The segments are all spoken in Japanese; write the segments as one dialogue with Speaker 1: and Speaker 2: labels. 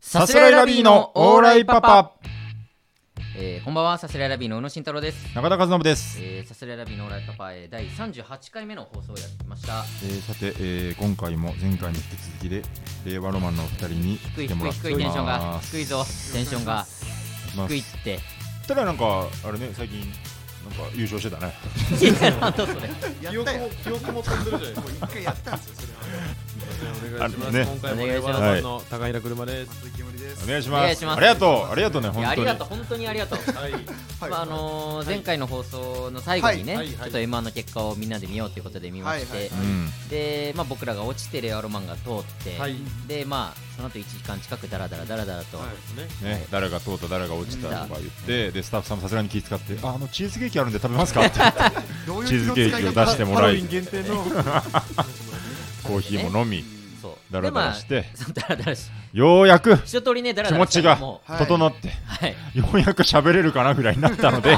Speaker 1: さすらいラビーのオーライパパ、えー、こんばんはさすらいラビーの宇野慎太郎です、
Speaker 2: 中田和信です、
Speaker 1: えー、さすらいラビーのオーライパパ、えー、第38回目の放送をやってきました
Speaker 2: えーさて、えー今回も前回に引き続きで令和ロマンのお二人に
Speaker 1: 低
Speaker 2: 来
Speaker 1: い低
Speaker 2: てもら
Speaker 1: い
Speaker 2: って
Speaker 1: 低
Speaker 2: お
Speaker 1: い
Speaker 2: り
Speaker 1: テン
Speaker 2: ます
Speaker 1: ションが低いぞテンションが
Speaker 2: まあ
Speaker 1: 低いって
Speaker 2: ただなんかあれね最近なんか優勝してたね
Speaker 1: いやなんだそれ
Speaker 3: 記憶も記憶も飛んでるじゃないですか。一回やったんですよ。それは。お願いしま
Speaker 2: あ
Speaker 3: す。
Speaker 2: ね
Speaker 3: 今回も
Speaker 1: お願い
Speaker 3: レ
Speaker 1: し
Speaker 3: バ
Speaker 1: ます
Speaker 3: ーさんの高平車です。
Speaker 4: 鈴木森です
Speaker 2: お。願いし
Speaker 1: お
Speaker 2: ま
Speaker 1: 願い
Speaker 2: す
Speaker 1: します
Speaker 2: ありがとうありがとうね
Speaker 1: い
Speaker 2: 本
Speaker 1: やあ
Speaker 2: 当
Speaker 1: り
Speaker 2: に
Speaker 1: がとう本当にありがとう
Speaker 3: はい。
Speaker 4: はい
Speaker 1: まああのー前回の放送の最後にね、
Speaker 3: はいはいはい
Speaker 1: ちょっと M1 の結果をみんなで見ようということで見まして、
Speaker 4: はいはいは
Speaker 2: うん
Speaker 1: で、まあ、僕らが落ちてレアロマンが通って、
Speaker 3: はい。
Speaker 1: でまあその後1時間近くダラダラダラダラと、
Speaker 3: ね。
Speaker 2: ね、
Speaker 1: はい
Speaker 2: 誰が通った誰が落ちたとか言ってでスタッフさんもさすがに気遣ってああのチーズケーキあるんで食べま すかって言って
Speaker 4: どういう
Speaker 2: チーズケーキを出しても
Speaker 4: ら
Speaker 2: ら
Speaker 3: ハロウ
Speaker 2: い
Speaker 3: ィン限定の。
Speaker 2: コーヒーも飲み
Speaker 1: そう
Speaker 2: ダラダラし
Speaker 1: でま
Speaker 2: て
Speaker 1: あ そうダラダラし
Speaker 2: ようやく
Speaker 1: 一通りねダラ
Speaker 2: 気
Speaker 1: ダ
Speaker 2: 持
Speaker 1: ラし
Speaker 2: ち
Speaker 1: た
Speaker 2: が
Speaker 1: らもう
Speaker 4: はい
Speaker 2: 整って
Speaker 1: はい
Speaker 2: ようやく喋れるかなぐらいになっ たので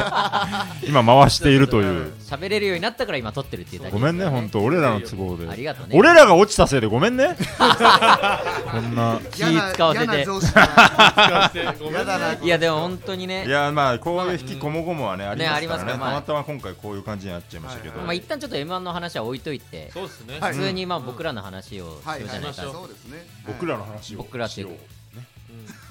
Speaker 2: 今回しているという
Speaker 1: 喋れるようになったから今撮ってるっていうだけ
Speaker 2: ご
Speaker 1: です
Speaker 2: めんね、
Speaker 1: から
Speaker 2: 本当、俺らの都合で。
Speaker 1: ありがとうね
Speaker 2: 俺らが落ちたせいでごめんね。こ んな。
Speaker 4: 気
Speaker 1: 嫌な気使わせて
Speaker 4: 嫌な上司だ
Speaker 3: ご
Speaker 4: な。嫌
Speaker 3: めん
Speaker 4: だな。
Speaker 1: いやでも本当にね
Speaker 2: いや、まあ、こういう引きこもごもはね、ありますからね。
Speaker 1: ねありますから
Speaker 2: た
Speaker 1: まあ
Speaker 2: またま今回こういう感じになっちゃいましたけど
Speaker 4: は。い
Speaker 1: まあ一旦ちょっと M1 の話は置いといて
Speaker 3: そうですね。
Speaker 4: はい
Speaker 1: 普通にまあ僕らの話を
Speaker 4: は
Speaker 1: す
Speaker 4: い
Speaker 1: るじ
Speaker 4: は
Speaker 1: ゃ
Speaker 4: い
Speaker 1: な
Speaker 4: はいい。
Speaker 1: か、
Speaker 4: そうですね。
Speaker 2: 僕らの話を。
Speaker 1: 僕らって
Speaker 2: しよう
Speaker 3: うん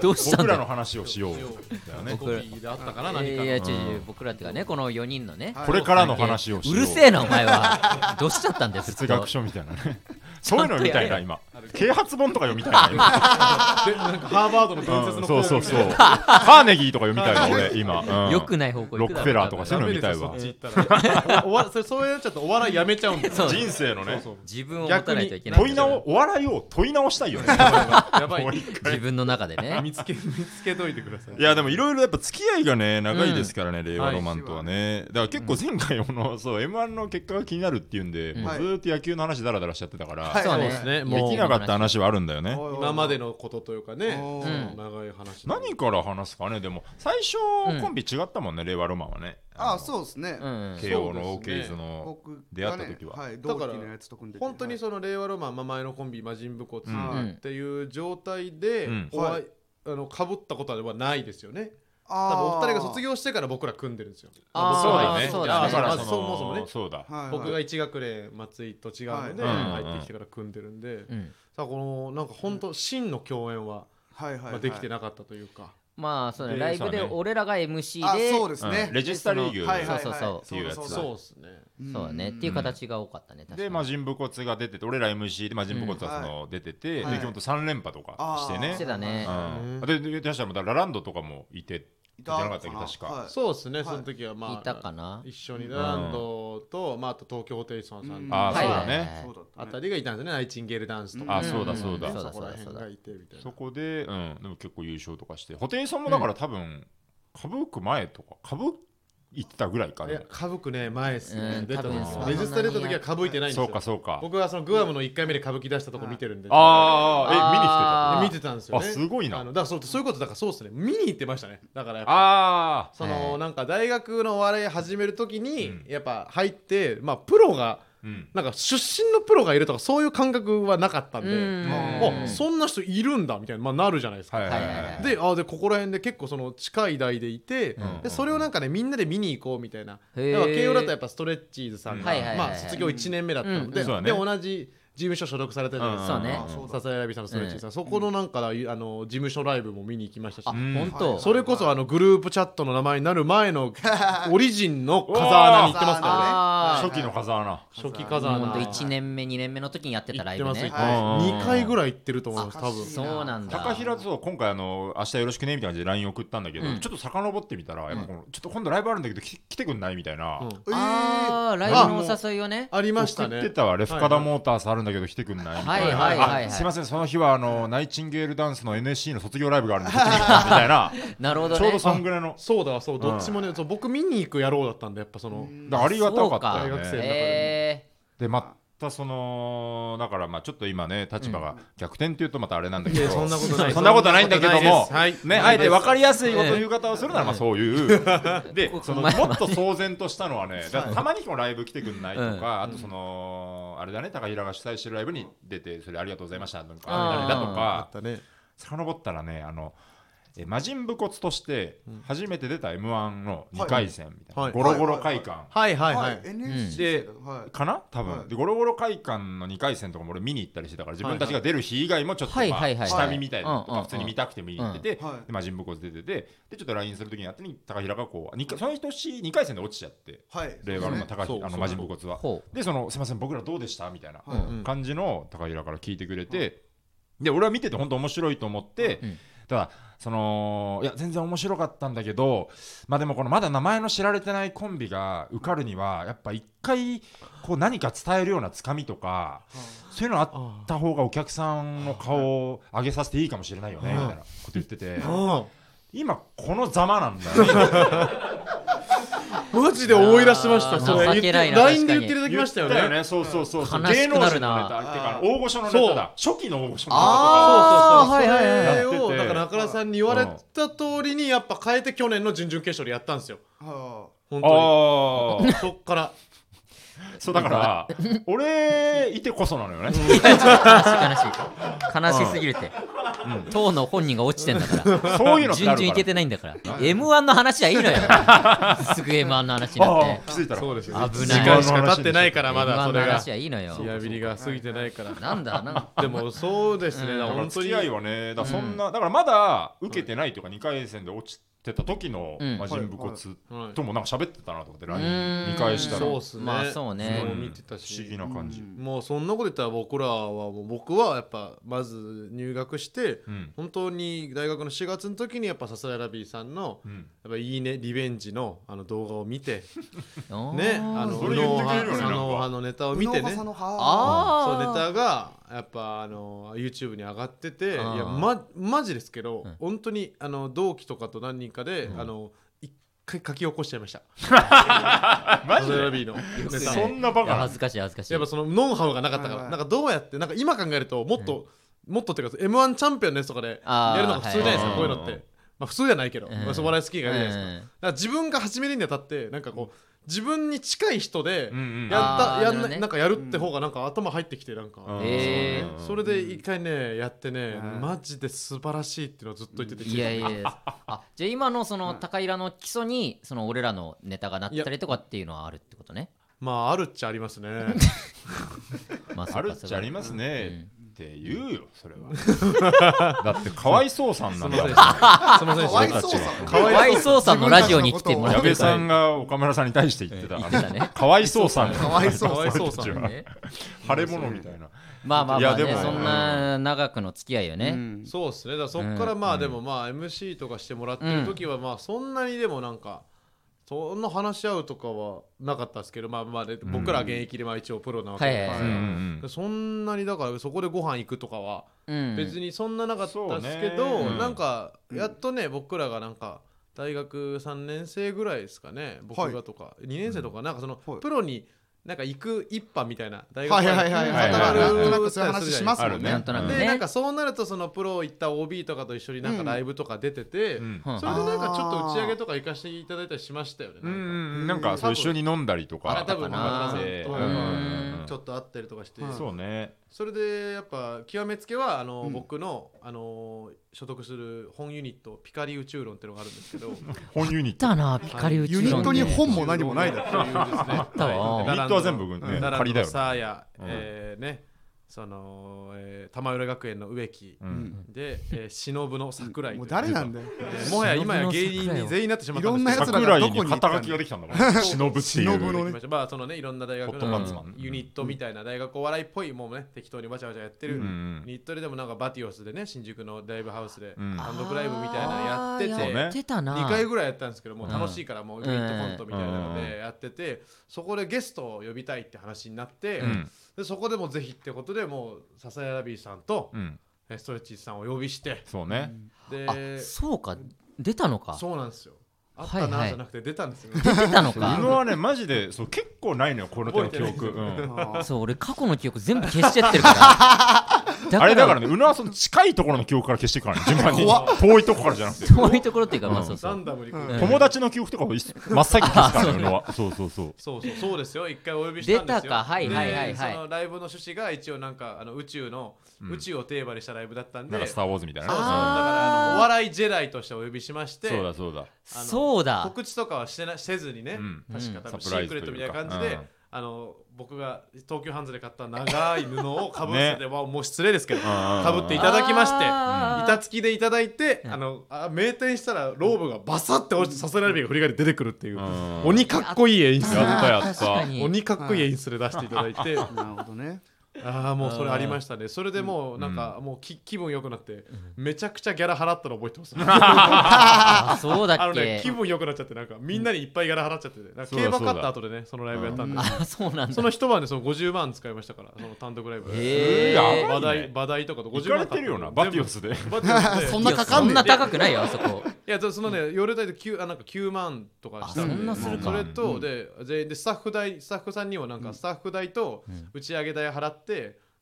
Speaker 1: どうしたん
Speaker 2: 僕
Speaker 1: だ
Speaker 2: ら
Speaker 1: よ
Speaker 2: の話をしよう
Speaker 3: しよ。
Speaker 2: だよね。
Speaker 3: コピーであったかな何
Speaker 1: い
Speaker 3: か
Speaker 1: やいや
Speaker 2: う
Speaker 3: の。
Speaker 2: ん
Speaker 1: ちょちょ僕らっていうかねこの4人のね
Speaker 4: はい
Speaker 2: これからの話をしよう。
Speaker 1: るせえなお前はどうしちゃったんだ よずっと
Speaker 2: 哲学書みたいなね。そういうのみたいな、今。啓発本とか読みたい
Speaker 3: でなんかハーバードの
Speaker 2: な。
Speaker 3: 伝
Speaker 2: う
Speaker 3: 説
Speaker 2: ん
Speaker 3: の。
Speaker 2: そうそうそう。カーネギーとか読みたいな、俺、今。うん
Speaker 1: よくない方向
Speaker 2: ロ
Speaker 1: 行くだろ
Speaker 2: ックフェラーとかそういう
Speaker 3: ダ
Speaker 2: の
Speaker 3: メ
Speaker 2: 見
Speaker 3: で
Speaker 2: た
Speaker 3: す
Speaker 2: い
Speaker 3: よ
Speaker 2: わ
Speaker 3: そっ。ち行ったら。おおわそれそうやっちゃうとお笑いやめち ゃうんだよ。
Speaker 1: そう
Speaker 2: 人生のね。
Speaker 3: そう
Speaker 1: 自分を持た
Speaker 3: 逆
Speaker 1: ないとい
Speaker 3: に
Speaker 1: けない
Speaker 2: 問い直、お笑いを問い直したいよね。
Speaker 3: やば
Speaker 2: もう
Speaker 3: い。
Speaker 2: 一回
Speaker 1: 自分の中でね
Speaker 3: 見つけ 見つけといてくださ い。
Speaker 2: いやでもいろいろやっぱ付き合いがね長いですからね、令和ロマンとはね、だから結構前回この、 そう m 1の結果が気になるっていうんで、
Speaker 1: うん
Speaker 2: もうずーっと野球の話だらだらしちゃってたから、
Speaker 4: はい
Speaker 1: そうね
Speaker 3: そうですね
Speaker 2: で
Speaker 3: もう
Speaker 2: きなかった話はあるんだよね
Speaker 4: おいおいおい
Speaker 3: 今まで。のことというかね。
Speaker 4: お
Speaker 1: う
Speaker 4: ー
Speaker 1: ん
Speaker 3: 長い話。
Speaker 2: 何から話すかねでも最初
Speaker 1: うん
Speaker 2: コンビ違ったもんね、令和ロマンはね
Speaker 4: あ、
Speaker 2: う
Speaker 4: そうですね
Speaker 1: う。ん
Speaker 2: 慶応の
Speaker 3: そ
Speaker 2: オ
Speaker 3: う
Speaker 2: ー
Speaker 3: です
Speaker 2: ケ
Speaker 3: ね
Speaker 2: ーズの
Speaker 4: 僕がね
Speaker 2: 出会った時はい
Speaker 4: 同期のやつと組んでて。
Speaker 3: 本当にその令和ロマン、まあ、前のコンビ魔人ブコツ
Speaker 2: うん
Speaker 3: っていう状態で、
Speaker 2: うん
Speaker 3: お会い
Speaker 4: はい
Speaker 3: あの被ったことはないですよね多分お
Speaker 4: お
Speaker 3: 二人が卒業してから僕ら組んでるんですよ
Speaker 1: あー
Speaker 3: 僕ら
Speaker 2: だね
Speaker 3: の
Speaker 1: そう
Speaker 3: いや
Speaker 1: だね
Speaker 2: か
Speaker 3: ま
Speaker 2: ら
Speaker 3: ず
Speaker 2: その
Speaker 3: そもそもね
Speaker 2: そうだ、
Speaker 4: はいはい
Speaker 3: 僕が一学年松井と違うので、
Speaker 2: はい
Speaker 3: 入ってきてから組んでるんで、
Speaker 1: うん
Speaker 3: さあこのなんか本当真の共演は、
Speaker 4: はいはい
Speaker 3: ま
Speaker 4: は
Speaker 3: あ、
Speaker 4: い
Speaker 3: できてなかったというか、
Speaker 1: まあそうね
Speaker 2: で
Speaker 1: ライブで
Speaker 2: そうね
Speaker 1: 俺らが MC
Speaker 4: あ、
Speaker 1: で
Speaker 4: そうですね
Speaker 2: うん。レジスタリーグ
Speaker 4: はいはいはい
Speaker 1: そうそうそう
Speaker 2: っていうやつだ
Speaker 4: そう
Speaker 3: そうですね
Speaker 4: うん
Speaker 1: そうだねっていう形が多かったね確か
Speaker 2: で
Speaker 1: に
Speaker 2: 魔人武骨が出てて俺ら MC で魔人武骨はその、出てて、
Speaker 4: はい
Speaker 2: で基本と3連覇とかしてね、
Speaker 4: あー
Speaker 1: してたね
Speaker 2: うん、でで出したらもうだからラランドとかもいて
Speaker 4: い
Speaker 2: じゃなかったっけ確か
Speaker 4: はい
Speaker 3: そうですね、
Speaker 4: はい
Speaker 3: その時はまあ
Speaker 1: いたかな
Speaker 3: 一緒にランドと、まあ、あと東京ホテイソンさん
Speaker 4: うん
Speaker 2: ああ、
Speaker 1: はい
Speaker 2: そうだね、
Speaker 4: そうだった
Speaker 3: あ
Speaker 4: ね
Speaker 3: たりがいたんですよねナイチンゲールダンスとか、
Speaker 2: あそうだそうだ
Speaker 3: ね
Speaker 1: そうだ
Speaker 3: そこら
Speaker 1: そうだそう
Speaker 3: 辺
Speaker 1: だ
Speaker 3: がいてみたいな
Speaker 2: そこで、うん、でも結構優勝とかして、布袋さんもだから多分、かぶく前とか、かぶってたぐらいか
Speaker 3: いや
Speaker 2: ね。
Speaker 3: かぶくね前です
Speaker 1: う
Speaker 3: ね
Speaker 1: ん
Speaker 3: 出たんです
Speaker 2: 多
Speaker 3: よ
Speaker 2: 分
Speaker 3: レジスタ出た時はかぶいてないんです
Speaker 2: そ
Speaker 3: よ
Speaker 2: うか、そうか。
Speaker 3: 僕はそのグアムの1回目で歌舞伎出したとこ見てるんで
Speaker 2: ああ、え、
Speaker 1: あー
Speaker 2: 見
Speaker 3: 見
Speaker 2: に来てた。
Speaker 3: てたんですよね
Speaker 2: あすごいな
Speaker 3: あのだからそうそういうことだからそうですね見に行ってましたねだからやっぱ
Speaker 2: ああ、
Speaker 3: そ
Speaker 1: はい
Speaker 3: のなんか大学のお笑い始める時に
Speaker 2: うん
Speaker 3: やっぱ入ってまあプロが
Speaker 2: うん。
Speaker 3: なんか出身のプロがいるとかそういう感覚はなかったんで
Speaker 1: うん
Speaker 3: あそんな人いるんだみたいなまあなるじゃないですか
Speaker 2: はいはい
Speaker 1: はいはい
Speaker 2: は
Speaker 1: はい
Speaker 2: い。
Speaker 3: であでここら辺で結構その近い代でいて、
Speaker 2: うん
Speaker 3: でそれをなんかねみんなで見に行こうみたいな
Speaker 1: へー
Speaker 3: だから慶応だとやっぱストレッチーズさんが、
Speaker 2: はいはい
Speaker 1: はいはい
Speaker 3: まあ、卒業1年目だったので,、
Speaker 2: うんそうだね
Speaker 3: で同じ事務所所属されたじゃないですか、
Speaker 1: そうね
Speaker 2: ん
Speaker 4: そうだ
Speaker 3: 笹谷ラビさんのストレッチーズさん、そこのなんかあの事務所ライブも見に行きましたし
Speaker 1: あ、
Speaker 2: ん
Speaker 1: 本当。
Speaker 3: それこそあのグループチャットの名前になる前のオリジンの風穴に行ってますからね
Speaker 1: あー
Speaker 2: 初期の風穴。
Speaker 3: 初期
Speaker 1: ほ
Speaker 3: 風
Speaker 1: んと
Speaker 3: 穴
Speaker 1: 1年目2年目の時にやって
Speaker 3: 行
Speaker 1: たラ
Speaker 3: っ
Speaker 1: イ
Speaker 3: て
Speaker 1: ブ
Speaker 3: ます
Speaker 1: ね
Speaker 3: 行って
Speaker 2: はい
Speaker 3: ます2回ぐらい行ってると思います多分
Speaker 4: 懐かしい
Speaker 1: そうなんだ
Speaker 2: 高平とそう今回あの明日よろしくねみたいな感じで LINE 送ったんだけど、
Speaker 1: うん
Speaker 2: ちょっと遡ってみたら、やっぱこのちょっと今度ライブあるんだけどき来てくんないみたいな、
Speaker 3: うん
Speaker 4: えー
Speaker 1: ああライブのお誘いをね
Speaker 3: ありまし
Speaker 2: 送
Speaker 3: た
Speaker 2: っ
Speaker 3: ね
Speaker 2: てたわレフカダモータースあるんだけど来てくんないみたいな、
Speaker 1: はいはいはいはい
Speaker 2: あすいませんその日はあのナイチンゲールダンスの NSC の卒業ライブがあるんでそっちに来たみたいな
Speaker 1: なるほど
Speaker 2: ちょう
Speaker 1: ね
Speaker 2: どそんぐらいの
Speaker 3: そうだそうどっちもね、そう僕見に行く野郎だったんでやっぱその、
Speaker 2: だからありがたかったよ
Speaker 3: そうか大学生
Speaker 2: ね。
Speaker 1: へ
Speaker 2: でまたそのだからまあちょっと今ね立場が逆転っていうとまたあれなんだけ
Speaker 3: い
Speaker 2: ど、
Speaker 3: やそんなことない
Speaker 2: そんなことないんだけども、
Speaker 3: そんなことないですはい
Speaker 2: ねあえて分かりやすいことの言う方をするならまあそう いう、でそのもっと騒然としたのはねだからたまにこのライブ来てくんないとか、あとその、ああれだね高平が主催してるライブに出てそれありがとうございましたとか
Speaker 3: あー
Speaker 2: あれだと
Speaker 3: あ
Speaker 2: か
Speaker 3: ったね
Speaker 2: 遡ったらねあのえ魔人武骨として初めて出た m 1の2
Speaker 4: はい
Speaker 2: 回戦みたいな、
Speaker 3: はい
Speaker 2: ゴロゴロ会館
Speaker 3: はいはいは
Speaker 4: はいい。NHK だはい。
Speaker 2: かな多分、
Speaker 4: はい
Speaker 2: でゴロゴロ会館の2回戦とかも俺見に行ったりしてたから自分たちが出る日以外もちょっと、
Speaker 1: はい
Speaker 2: まあ
Speaker 1: はいはい
Speaker 2: 下見みたいなのと
Speaker 1: うんうんう
Speaker 2: か
Speaker 1: ん
Speaker 2: 普通に見たくてもいいってて、
Speaker 4: うんはい
Speaker 2: で魔人武骨出ててでちょっと LINE する時にあってに高平がこう二回その年2回戦で落ちちゃって
Speaker 4: はい。
Speaker 2: 令和の
Speaker 4: そうですね
Speaker 2: 高
Speaker 3: そ
Speaker 2: 平、あ
Speaker 3: う
Speaker 2: の
Speaker 3: そう
Speaker 2: 魔人武骨は
Speaker 1: ほ
Speaker 2: でその「すいません僕らどうでした?」みたいな
Speaker 4: はい
Speaker 1: うん
Speaker 3: うん
Speaker 2: 感じの高平から聞いてくれて、で俺は見てて本当面白いと思って、
Speaker 1: うん
Speaker 2: ただそのいや全然面白かったんだけどまあでもこのまだ名前の知られてないコンビが受かるにはやっぱ一回こう何か伝えるようなつかみとかそういうのあった方がお客さんの顔を上げさせていいかもしれないよねみ
Speaker 3: うん
Speaker 2: たいなこと言ってて
Speaker 3: あ
Speaker 2: 今このざまなんだよね
Speaker 3: あマジで思い出しました
Speaker 1: あー
Speaker 3: それ
Speaker 1: 情けないな
Speaker 3: LINE
Speaker 1: 確か
Speaker 3: で
Speaker 1: に
Speaker 3: 言っていただきましたよ
Speaker 2: 言った
Speaker 3: ね
Speaker 2: そうそうそうそう
Speaker 1: 悲しくなるな
Speaker 2: 芸能人のネタってか大御所のネタだ初期の大御所のネタとか
Speaker 3: そうそうそう
Speaker 1: あーはいはいはい
Speaker 3: それを
Speaker 2: やってて
Speaker 3: だから中田さんに言われた通りにやっぱ変えて去年の準々決勝でやったんですよ
Speaker 4: は。
Speaker 3: 本 当
Speaker 2: ああ
Speaker 3: にそっから
Speaker 2: そうだから俺いてこそなのよね
Speaker 1: 悲しい悲しすぎるって当の本人が落ちてんだから
Speaker 2: そういうのって
Speaker 1: 順々
Speaker 2: ある
Speaker 1: い
Speaker 2: か
Speaker 1: け
Speaker 2: ら
Speaker 1: てないんだから m 1の話はいいのよすぐ m 1の話になって
Speaker 2: ああ気づいたら
Speaker 3: そうですよね
Speaker 1: 危
Speaker 3: 時
Speaker 1: ない
Speaker 3: 間しか経ってないからま
Speaker 1: m
Speaker 3: だ
Speaker 1: 1
Speaker 3: そ
Speaker 1: の
Speaker 3: れが
Speaker 1: 話はいいのよ
Speaker 3: リハビリが過ぎてないから
Speaker 1: なんだなん
Speaker 3: でもそうですね
Speaker 1: うん
Speaker 3: だ
Speaker 2: だか
Speaker 3: から
Speaker 2: ら
Speaker 3: 本当
Speaker 2: 付
Speaker 3: に
Speaker 2: き合いはねだからそんなだからまだ受けてないというか2回戦で落ちてた時の
Speaker 1: うん
Speaker 2: 魔人武骨
Speaker 3: はい
Speaker 2: ともなんか喋ってたなと思って
Speaker 1: う
Speaker 2: LINE
Speaker 1: ーん
Speaker 2: 見返したら
Speaker 3: そう
Speaker 2: 不
Speaker 3: っすね
Speaker 1: まあそうね
Speaker 3: そう見てたし
Speaker 2: 思議ない感じ
Speaker 4: うん
Speaker 3: もうそんなこと言ったら僕らはもう僕はやっぱまず入学して
Speaker 2: うん
Speaker 3: 本当に大学の4月の時にやっぱさすらいラビーさんの
Speaker 2: うん
Speaker 3: やっぱいいねリベンジのあの動画を見て
Speaker 1: おー
Speaker 3: ねあの
Speaker 2: そ
Speaker 3: 右
Speaker 2: れ言
Speaker 3: 脳
Speaker 2: ってくれるよ
Speaker 3: 派
Speaker 2: ね
Speaker 3: 左脳派のネタを見て
Speaker 4: 宇野
Speaker 3: ね
Speaker 4: 笠
Speaker 3: その
Speaker 4: の
Speaker 1: あ
Speaker 4: は
Speaker 1: ー
Speaker 3: ネタがやっぱあの YouTube に上がっててい
Speaker 1: あー
Speaker 3: やまマジですけど、
Speaker 1: うん
Speaker 3: 本当にあの同期とかと何人かで、
Speaker 2: うん
Speaker 3: あの一回書き起こしちゃいました
Speaker 2: マ
Speaker 3: サ
Speaker 2: ジ
Speaker 3: ザエラ
Speaker 2: で
Speaker 3: ビーのネ
Speaker 1: く
Speaker 3: タ
Speaker 1: ね
Speaker 2: そんなバ
Speaker 1: いや
Speaker 2: カな
Speaker 1: 恥ずかしい恥ずかしい
Speaker 3: やっぱそのノウハウがなかったから、
Speaker 4: はいはい
Speaker 3: なんかどうやってなんか今考えるともっと、もっとっていうか m 1チャンピオンのやつとかで
Speaker 1: あー
Speaker 3: やるのが普通じゃないですか、
Speaker 2: はい
Speaker 3: こういうのって、まあ、普通じゃないけど、
Speaker 1: うん
Speaker 3: まあ、お笑い好きがいるじゃないですか,、だ
Speaker 1: うん
Speaker 3: から自分が始めるにあたってなんかこう自分に近い人で
Speaker 2: うんうん
Speaker 3: やった、
Speaker 1: あーなる
Speaker 3: やん
Speaker 1: ほ
Speaker 3: な
Speaker 1: どね
Speaker 3: なんかやるって方がなんか頭入ってきてなんか、
Speaker 2: うん
Speaker 1: えー
Speaker 2: そう
Speaker 3: それで一回ねやってね、
Speaker 4: うん
Speaker 3: マジで素晴らしいっていうのをずっと言ってて、
Speaker 1: いやいやいやあじゃあ今のその
Speaker 4: うん
Speaker 1: 高平の基礎にその俺らのネタがなったりとかっていうのはあるってことね
Speaker 3: まああるっちゃありますね
Speaker 1: まあそ
Speaker 2: あ
Speaker 1: っ
Speaker 2: る
Speaker 1: か
Speaker 2: っ
Speaker 1: そっ
Speaker 2: ち
Speaker 1: か
Speaker 2: ゃありますね
Speaker 1: う
Speaker 2: って言うよそれはだってかわいそうさん
Speaker 3: す
Speaker 2: ないん
Speaker 3: ま
Speaker 2: だ
Speaker 3: せん
Speaker 2: もん
Speaker 3: でしたすいません
Speaker 4: あ。
Speaker 3: で
Speaker 4: かわい
Speaker 3: し
Speaker 1: かわいそ
Speaker 4: そうさん。
Speaker 1: うさんのラジオに来てもら
Speaker 2: 矢
Speaker 1: う
Speaker 2: 部さんが岡村さんに対して言ってた
Speaker 1: 言ってたね
Speaker 2: かわいそうさん
Speaker 4: かわいそうさん
Speaker 2: 俺たちは
Speaker 1: ね
Speaker 2: 腫れ物みたいな
Speaker 1: まあまあまあ
Speaker 2: いや
Speaker 1: ね
Speaker 2: でも
Speaker 1: そんな長くの付き合いよね
Speaker 4: ね
Speaker 3: たそうですねだからそっからまあ、
Speaker 2: うん
Speaker 3: でもまあ MC とかしてもらってる時はまあそんなにでもなんかそんな話し合うとかはなかったですけどまあまあ、ね
Speaker 2: ん
Speaker 3: 僕ら現役でまあ一応プロなわけで
Speaker 1: はいはい
Speaker 2: うんうんうん
Speaker 3: でそんなにだからそこでご飯行くとかは
Speaker 1: うん
Speaker 3: 別にそんななかったですけ
Speaker 2: そ
Speaker 3: ど、
Speaker 2: うねうん
Speaker 3: なんかやっとね、僕らがなんか大学3年生ぐらいですかね僕がとか、2年生とかなんかその、
Speaker 4: はい
Speaker 3: プロになんか行く一派みたいな大
Speaker 4: はい
Speaker 3: か
Speaker 4: はい
Speaker 3: ら
Speaker 4: はいは
Speaker 2: は
Speaker 4: い
Speaker 2: い
Speaker 3: 方が
Speaker 2: はいはい
Speaker 4: なんとな
Speaker 3: る
Speaker 4: くそういう話しま
Speaker 2: あ
Speaker 4: すも
Speaker 2: る
Speaker 4: ん
Speaker 2: ね
Speaker 1: なんとなく
Speaker 3: で
Speaker 1: ね
Speaker 3: なんかそうなるとそのプロ行った OB とかと一緒になんか
Speaker 4: うん
Speaker 3: ライブとか出てて、
Speaker 2: うん
Speaker 1: うん
Speaker 3: それでなんかちょっと打ち上げとか行かせていただいたりしましたよね、
Speaker 2: う
Speaker 3: なん
Speaker 2: う
Speaker 3: んか
Speaker 2: んなんかそう一緒に飲んだりとか
Speaker 3: あ多分
Speaker 1: 中田さん
Speaker 3: とか
Speaker 2: うんうんうん
Speaker 3: ちょっと会ったりとかして、
Speaker 4: はい
Speaker 2: そうね
Speaker 3: それでやっぱ極めつけはあの、
Speaker 4: うん
Speaker 3: 僕のあの所属する本ユニットピカリ宇宙論っていうのがあるんですけど
Speaker 2: 本ユニット
Speaker 1: だなピカリ宇宙
Speaker 4: ユ
Speaker 1: 論
Speaker 4: ニットに
Speaker 1: ね
Speaker 4: 本も何もないだろ。
Speaker 3: というですね
Speaker 1: たわ
Speaker 2: ユニットは全部ね
Speaker 3: うん
Speaker 2: 仮だよ
Speaker 3: のサーヤ、
Speaker 2: うん
Speaker 3: えーねその、えー、玉浦学園の植木、
Speaker 2: うん
Speaker 3: で、えー、忍の桜井
Speaker 4: もう誰なんだよ。
Speaker 3: えーもはや今や芸人に全員なってしまったんですけど
Speaker 4: いろんなやつが
Speaker 2: 桜井に肩書きができたんだもんね忍ぶってい
Speaker 4: 忍の
Speaker 2: う
Speaker 4: ね
Speaker 3: まあそのねいろんな大学
Speaker 2: ホット
Speaker 1: パ
Speaker 3: の
Speaker 1: ンツ
Speaker 2: マン
Speaker 3: ユニットみたいな大学お笑いっぽいもうね適当にわちゃわちゃやってる、
Speaker 2: うんうん
Speaker 3: ユニットででもなんかバティオスでね新宿のライブハウスで
Speaker 2: うん
Speaker 3: 単独ライブみたいなのやってて、
Speaker 1: あーやってたな
Speaker 3: 2回ぐらいやったんですけどもう
Speaker 1: うん
Speaker 3: 楽しいからもうユニットコントみたいなの
Speaker 2: うん
Speaker 3: でやっててそこでゲストを呼びたいって話になって、
Speaker 2: うん
Speaker 3: でそこでもぜひってことでもう笹谷ラビーさんと
Speaker 2: うん
Speaker 3: えストレッチーズさんをお呼びして
Speaker 2: そうね
Speaker 1: あ
Speaker 3: で
Speaker 1: そうか出たのか
Speaker 3: そうなんですよあっ
Speaker 1: は
Speaker 3: た
Speaker 1: いは
Speaker 3: ないじゃなくて出たんですよね、
Speaker 1: 出たの
Speaker 2: 宇
Speaker 1: か
Speaker 2: 野はねマジでそう結構ないのよこの手の記憶
Speaker 3: 覚えて
Speaker 2: うん
Speaker 4: あー
Speaker 1: そう俺過去の記憶全部消しちゃってるからだ
Speaker 2: あ
Speaker 1: から
Speaker 2: れだからね、うなわさん近いところの記憶から消していくからね、順番に。遠いとこからじゃなくて。
Speaker 1: そういうところっていうか、まあ
Speaker 2: うん
Speaker 1: そうそ
Speaker 3: ラ
Speaker 1: う。
Speaker 3: ンダムにこう、
Speaker 4: うん
Speaker 2: 友達の記憶とかをい真っ先に消すからね、うなわ。そうそうそう。
Speaker 3: そうそうそうですよ一回お呼びしたんですよ
Speaker 1: 出たかはい
Speaker 3: で
Speaker 1: はいはいはい
Speaker 3: そのライブの趣旨が一応なんかあの宇宙の、
Speaker 2: うん
Speaker 3: 宇宙をテーマにしたライブだったんで
Speaker 2: なんかスター・ウォーズみたいな
Speaker 3: そうそうだ
Speaker 2: ね。
Speaker 3: からあ
Speaker 1: あー
Speaker 3: のお笑いジェダイとしてお呼びしまして
Speaker 2: そうだそうだ。
Speaker 3: あの
Speaker 1: そうだ。
Speaker 3: 告知とかはしてなせずにね、
Speaker 2: うん
Speaker 3: 確か多
Speaker 2: サ
Speaker 3: 分
Speaker 2: プ
Speaker 3: シ
Speaker 2: ライ
Speaker 3: ー
Speaker 2: ズ
Speaker 3: ク
Speaker 2: とい
Speaker 3: レ
Speaker 2: うか
Speaker 3: ットみたいな感じで、
Speaker 2: うん
Speaker 3: あの僕が東急ハンズで買った長い布をかぶせて、わもう失礼ですけどかぶっていただきまして
Speaker 1: あー
Speaker 3: 板付きでいただいて、
Speaker 1: うん
Speaker 3: あのあ名店したらローブがバサッて落ちてさせられるが振り返り出てくるっていう、
Speaker 2: うん
Speaker 3: 鬼かっこいい演出
Speaker 2: やったやっ
Speaker 1: 確か
Speaker 2: た。
Speaker 1: に。
Speaker 3: 鬼かっこいい演出で出していただいて、
Speaker 4: なるほどね。
Speaker 3: ああもうそれありましたねそれでもうなんか、もうき気分良くなってめちゃくちゃギャラ払ったの覚えてます
Speaker 1: あ、そうだ
Speaker 3: あ
Speaker 1: っ
Speaker 3: のね
Speaker 1: け
Speaker 3: 気。分良くなっちゃってなんかみんなにいっぱいギャラ払っちゃっててなんか
Speaker 2: そう
Speaker 3: 競
Speaker 2: だ
Speaker 3: 馬
Speaker 2: そ
Speaker 3: 勝
Speaker 2: う
Speaker 3: っ
Speaker 2: だ
Speaker 3: た後でねそのライブやったんで、
Speaker 1: あ、そうなん
Speaker 3: そ
Speaker 1: だ
Speaker 3: の。一晩でその50万使いましたからその単独ライブ
Speaker 1: へー
Speaker 2: やば
Speaker 3: 話
Speaker 2: いね
Speaker 3: 題話題とかと
Speaker 2: 行
Speaker 3: 50
Speaker 2: か
Speaker 3: 万
Speaker 2: れてるよな、バティオスで。
Speaker 3: 全部バティオスで
Speaker 4: そん
Speaker 1: いや
Speaker 4: なかかん
Speaker 1: そ
Speaker 4: ねえ
Speaker 1: んな高くないよ、あそこ。
Speaker 3: いやそのね夜代で9あなんか9万とかしたんで
Speaker 1: あそんなするか
Speaker 3: それとで全員でスタッフ代スタッフさんにもなんかスタッフ代と打ち上げ代払って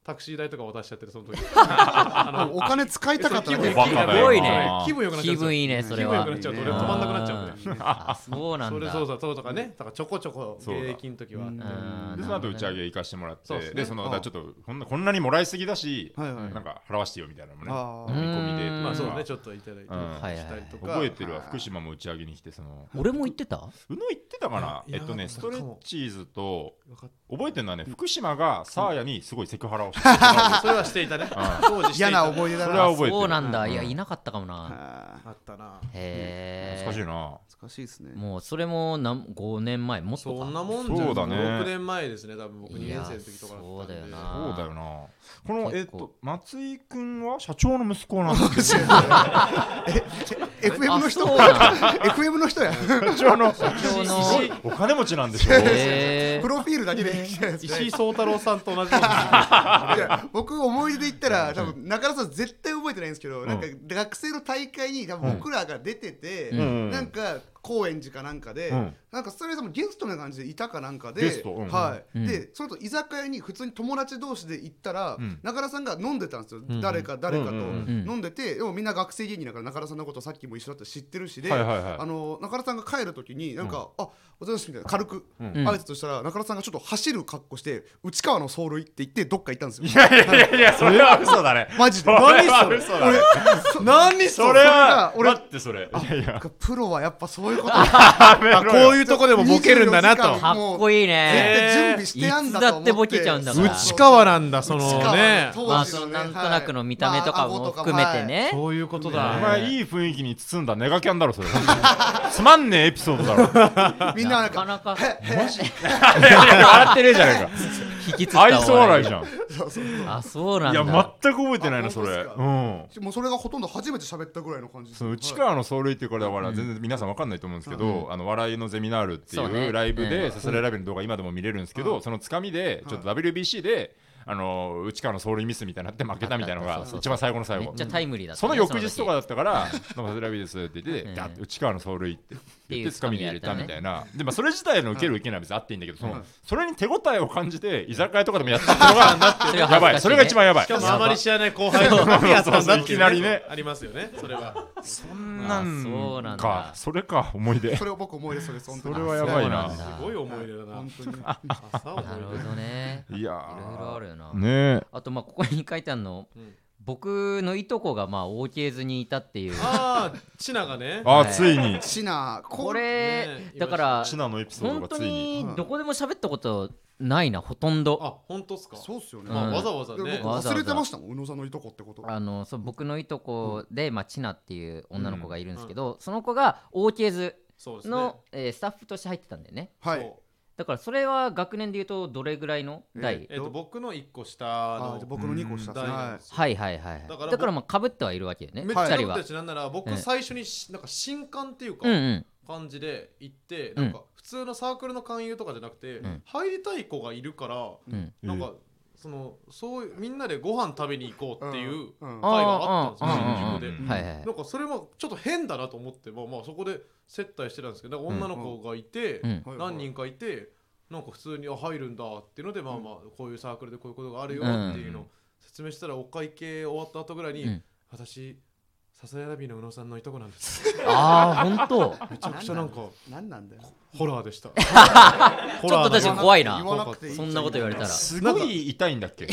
Speaker 3: タクシー代とか渡しちゃってるその時あの
Speaker 4: お金使いたかった
Speaker 3: 気分
Speaker 4: ね
Speaker 3: 良く
Speaker 2: バ
Speaker 3: な
Speaker 2: カ
Speaker 3: っち
Speaker 2: だよなす
Speaker 3: ゃう
Speaker 2: ごいね
Speaker 3: 気分良くなっち ゃ
Speaker 1: 気
Speaker 3: う
Speaker 1: 分いいね、それ
Speaker 3: 気分良
Speaker 1: は
Speaker 3: くな。っちゃうと
Speaker 4: いい
Speaker 3: 俺
Speaker 4: ね
Speaker 3: 止まんなくなっちゃうんで
Speaker 1: あ、そうなん
Speaker 3: それ
Speaker 1: だ。
Speaker 3: そうだそうとかねだからちょこちょこ
Speaker 2: そうだ
Speaker 3: 現役の時は
Speaker 4: うん
Speaker 1: うん
Speaker 2: でその後打ち上げ行かしてもらっ
Speaker 3: そうで
Speaker 2: て、
Speaker 3: すね
Speaker 2: でその
Speaker 4: あ
Speaker 2: だからちょっとこんなこんなにもらいすぎだし、
Speaker 4: はいはい
Speaker 2: なんか払わしてよみたいなのもね、
Speaker 4: あ
Speaker 2: 飲
Speaker 4: ー
Speaker 2: み込みで、
Speaker 1: うん
Speaker 3: まあそう
Speaker 2: ま
Speaker 3: ねちょっといただいて
Speaker 2: うん
Speaker 1: はいはい
Speaker 3: したりとか
Speaker 2: 覚えてるわ
Speaker 4: あー
Speaker 2: 福島も打ち上げに来てその
Speaker 1: 俺も言ってた
Speaker 2: 宇野行ってたかないえ
Speaker 3: や
Speaker 2: っとね
Speaker 3: い
Speaker 2: ス
Speaker 3: や
Speaker 2: トレッチーズと
Speaker 3: 分かっ
Speaker 2: 覚えてるのはね福島がサーヤにすごいセクハラをしてた
Speaker 3: たそれはしていたね
Speaker 2: ん
Speaker 3: 当時していた
Speaker 4: 嫌な思い出だ
Speaker 2: そ
Speaker 4: な。
Speaker 2: れは覚えてる
Speaker 1: そうなんだ。いや、
Speaker 2: うん
Speaker 1: いなかったかもな。
Speaker 4: あー
Speaker 3: あったな
Speaker 1: へ
Speaker 2: 懐かしい
Speaker 1: え。
Speaker 2: な
Speaker 4: 懐かしいですね。
Speaker 1: もう、それもなん5年前、もっと
Speaker 3: そ
Speaker 1: か
Speaker 3: んなもんじゃん
Speaker 2: そうだね
Speaker 3: 6年前ですね多分僕2
Speaker 1: い
Speaker 3: 年
Speaker 1: や
Speaker 3: 生の時とかったんで
Speaker 1: そうだよな
Speaker 2: そ
Speaker 1: あー
Speaker 2: うだよなこのえっ
Speaker 1: 結構
Speaker 2: と松井くんは社長の息子なんですけ
Speaker 4: FM の人
Speaker 1: あそうなん
Speaker 4: FM の人や。
Speaker 2: ど社長のす
Speaker 1: 長の
Speaker 2: ごいお金持ちなんでしょ
Speaker 1: へえ
Speaker 4: プ。ロフィールだけで聞きたいですね
Speaker 3: 石井壮太郎さんと同じこと
Speaker 4: いや僕思い出で言ったら多分中田さん絶対覚えてないんですけど、なんか学生の大会に多分僕らが出てて、
Speaker 2: うん
Speaker 4: なんか高円寺かなんかで、
Speaker 2: うん
Speaker 4: なんかストレートもゲストな感じでいたかなんかで
Speaker 2: ゲストうん
Speaker 4: はい
Speaker 1: うん
Speaker 4: でその後居酒屋に普通に友達同士で行ったら、
Speaker 2: うん
Speaker 4: 中田さんが飲んでたんですよ、
Speaker 3: うん
Speaker 4: 誰か誰かと、
Speaker 2: うんうん
Speaker 1: うん
Speaker 4: 飲んでてでもみんな学生芸人だから中田さんのことさっきも一緒だって知ってるしで、
Speaker 2: はいはいはい
Speaker 4: あの中田さんが帰る時になんか、あお疲れ様ですみたいな軽く
Speaker 2: うん
Speaker 4: 挨拶したら、中田さんがちょっと走る格好して内川の走塁って言ってどっか行ったんですよ
Speaker 2: いやいやいやいやそれは嘘だね
Speaker 4: マジ
Speaker 2: そ
Speaker 4: で
Speaker 2: れ
Speaker 4: 何
Speaker 2: は嘘だね
Speaker 3: 何
Speaker 2: それは
Speaker 4: それが俺
Speaker 2: 待ってそれいやいや
Speaker 4: プロはやっぱそういうこと
Speaker 3: あこういうとこでもボケるんだな
Speaker 4: 24時
Speaker 3: と
Speaker 4: 間
Speaker 1: かっこいいね。
Speaker 4: 絶対準備してやんだと思
Speaker 1: いつだ
Speaker 4: って
Speaker 1: ってボケちゃうんだから
Speaker 3: 内川なんだそのね
Speaker 4: 内川の当時の
Speaker 1: まあ、そのなんとなくの見た目とかも含めてね。
Speaker 3: そういうこと
Speaker 2: お
Speaker 3: だ
Speaker 2: 前いい雰囲気に包んだネガキャンだろそれつまんねえエピソードだろ
Speaker 4: はいみんななん
Speaker 1: なか
Speaker 4: か
Speaker 1: なか
Speaker 2: 笑ってねえじゃね
Speaker 1: 引きつっ
Speaker 2: えか
Speaker 1: た
Speaker 2: 愛想笑いじ
Speaker 1: ん。
Speaker 2: ゃん
Speaker 4: そうそう
Speaker 1: あ、そうなん
Speaker 2: い
Speaker 1: だ。
Speaker 2: や全く覚えてないな
Speaker 4: あ
Speaker 2: そ
Speaker 4: 本当
Speaker 2: れ
Speaker 4: ですか
Speaker 2: うん
Speaker 4: もうそれがほとんど初めて喋ったぐらいの感じです
Speaker 2: その内
Speaker 4: はい
Speaker 2: 川の走塁っていうこれだから全然皆さんわかんないと思うんですけど、あの笑いのゼミナールって
Speaker 1: そう
Speaker 2: い
Speaker 1: ね
Speaker 2: うライブ
Speaker 1: う
Speaker 2: で
Speaker 1: ん
Speaker 2: さすらいライブの動画今でも見れるんですけど、
Speaker 4: うん
Speaker 2: そのつかみでちょっと WBC で、あの内川の走塁ミスみたいになって負けたみたいなの
Speaker 1: あった
Speaker 2: が
Speaker 1: あった
Speaker 2: 一番最後の最
Speaker 1: め
Speaker 2: 後
Speaker 1: っちゃタイムリーだった
Speaker 2: そ
Speaker 1: ね、
Speaker 2: の翌日とか
Speaker 1: その時
Speaker 2: だったから「なんかラビです」って言って
Speaker 1: う
Speaker 2: で
Speaker 1: ん
Speaker 2: ダッて内川の走塁って言
Speaker 1: っ
Speaker 2: って
Speaker 1: い
Speaker 2: て
Speaker 1: う
Speaker 2: つかみで入れたみ
Speaker 1: つか
Speaker 2: たいなでまあそれ自体の受ける受けないは別にあっていいんだけどその
Speaker 4: うん
Speaker 2: それに手応えを感じて居酒屋とかでもやってたのが
Speaker 1: それは恥ずかしいね
Speaker 2: やばいそれが一番やばい
Speaker 3: しかもあまり知らない後輩の
Speaker 2: そう
Speaker 3: やったんだっていう
Speaker 2: そうそういきなりね
Speaker 3: ありますよねそれは
Speaker 2: そんなん
Speaker 1: あそうなん
Speaker 2: か
Speaker 1: だ
Speaker 2: それか思い出
Speaker 4: それを僕思い出それその時
Speaker 2: それはやばいな
Speaker 1: そう
Speaker 3: す
Speaker 1: んだ
Speaker 3: ごい思い出だな
Speaker 4: 本当に
Speaker 3: 朝思い
Speaker 1: なる
Speaker 3: 出
Speaker 1: ほどね。
Speaker 2: いや
Speaker 1: いろいろあるよな。
Speaker 2: ーね
Speaker 1: あと、まあ、ここに書いてあるの、
Speaker 3: うん
Speaker 1: 僕のいとこが、まあ、オーケーズにいたっていう。
Speaker 3: ああチナがね
Speaker 2: えあ
Speaker 1: は
Speaker 2: ー
Speaker 1: い
Speaker 2: ついに
Speaker 4: シナ
Speaker 1: これ、
Speaker 3: ねえ
Speaker 1: だから、
Speaker 2: シナのエピソード
Speaker 1: 本
Speaker 2: が
Speaker 1: 当
Speaker 2: ついに
Speaker 1: にどこでも喋ったことないな、ほとんど。
Speaker 3: あ本当っすか
Speaker 4: そうっすよね
Speaker 1: うん
Speaker 3: まあ
Speaker 4: いや
Speaker 3: わざわざ
Speaker 4: 僕
Speaker 3: ね
Speaker 1: わざわ
Speaker 4: 忘
Speaker 1: ざ
Speaker 4: れてましたもん宇野さんのいとこってこと
Speaker 1: あのそう僕のいとこで、まあ、チナっていう女の子がいるんですけど、その子がオーケーズ
Speaker 3: そうですね
Speaker 1: の、えースタッフとして入ってたんだよね
Speaker 4: は
Speaker 3: そ
Speaker 4: いう
Speaker 1: だからそれは学年で言うとどれぐらいの代、
Speaker 3: えっと僕の一個下
Speaker 4: あ
Speaker 3: の
Speaker 4: じゃあ僕の2個下です
Speaker 3: 代
Speaker 4: ね
Speaker 3: なん
Speaker 4: は
Speaker 3: ですよ
Speaker 1: はいはいはいはいだ
Speaker 3: だか
Speaker 1: からら
Speaker 3: 僕
Speaker 1: まあかぶってはいるわけよね
Speaker 3: めっちゃ
Speaker 1: 二人
Speaker 3: 僕
Speaker 1: は
Speaker 3: たちなんなら
Speaker 1: う
Speaker 3: 僕
Speaker 1: ん
Speaker 3: 最初にしなんか新刊っていうか
Speaker 1: うんうん
Speaker 3: 感じで行って
Speaker 1: うん
Speaker 3: なんか普通のサークルの勧誘とかじゃなくて
Speaker 1: ん
Speaker 3: 入りたい子がいるから
Speaker 1: うん
Speaker 2: うん
Speaker 3: なんかそのそういうみんなでご飯食べに行こうっていう
Speaker 4: うんうん
Speaker 3: 会があったん
Speaker 2: あーあー
Speaker 3: ですよ
Speaker 2: うん
Speaker 3: 新宿
Speaker 1: は
Speaker 3: で。
Speaker 1: いはい
Speaker 3: なんかそれもちょっと変だなと思ってまあまあそこで接待してたんですけどなんか女の子がいて
Speaker 1: うん
Speaker 4: うん
Speaker 3: 何人かいてなんか普通にあ入るんだっていうのでまあまあこういうサークルでこういうことがあるよっていうのを説明したらお会計終わった後ぐらいに、
Speaker 1: うん
Speaker 3: 私笹谷ラビーの宇野さんのいとこなんです
Speaker 5: ああ、本当。
Speaker 3: めちゃくちゃなんか
Speaker 4: 何なんだよ
Speaker 3: ホラーでした
Speaker 1: ちょっと確かに怖いな
Speaker 4: 言わなくていい
Speaker 1: そんなこと言われたら
Speaker 2: すごい痛いんだっけ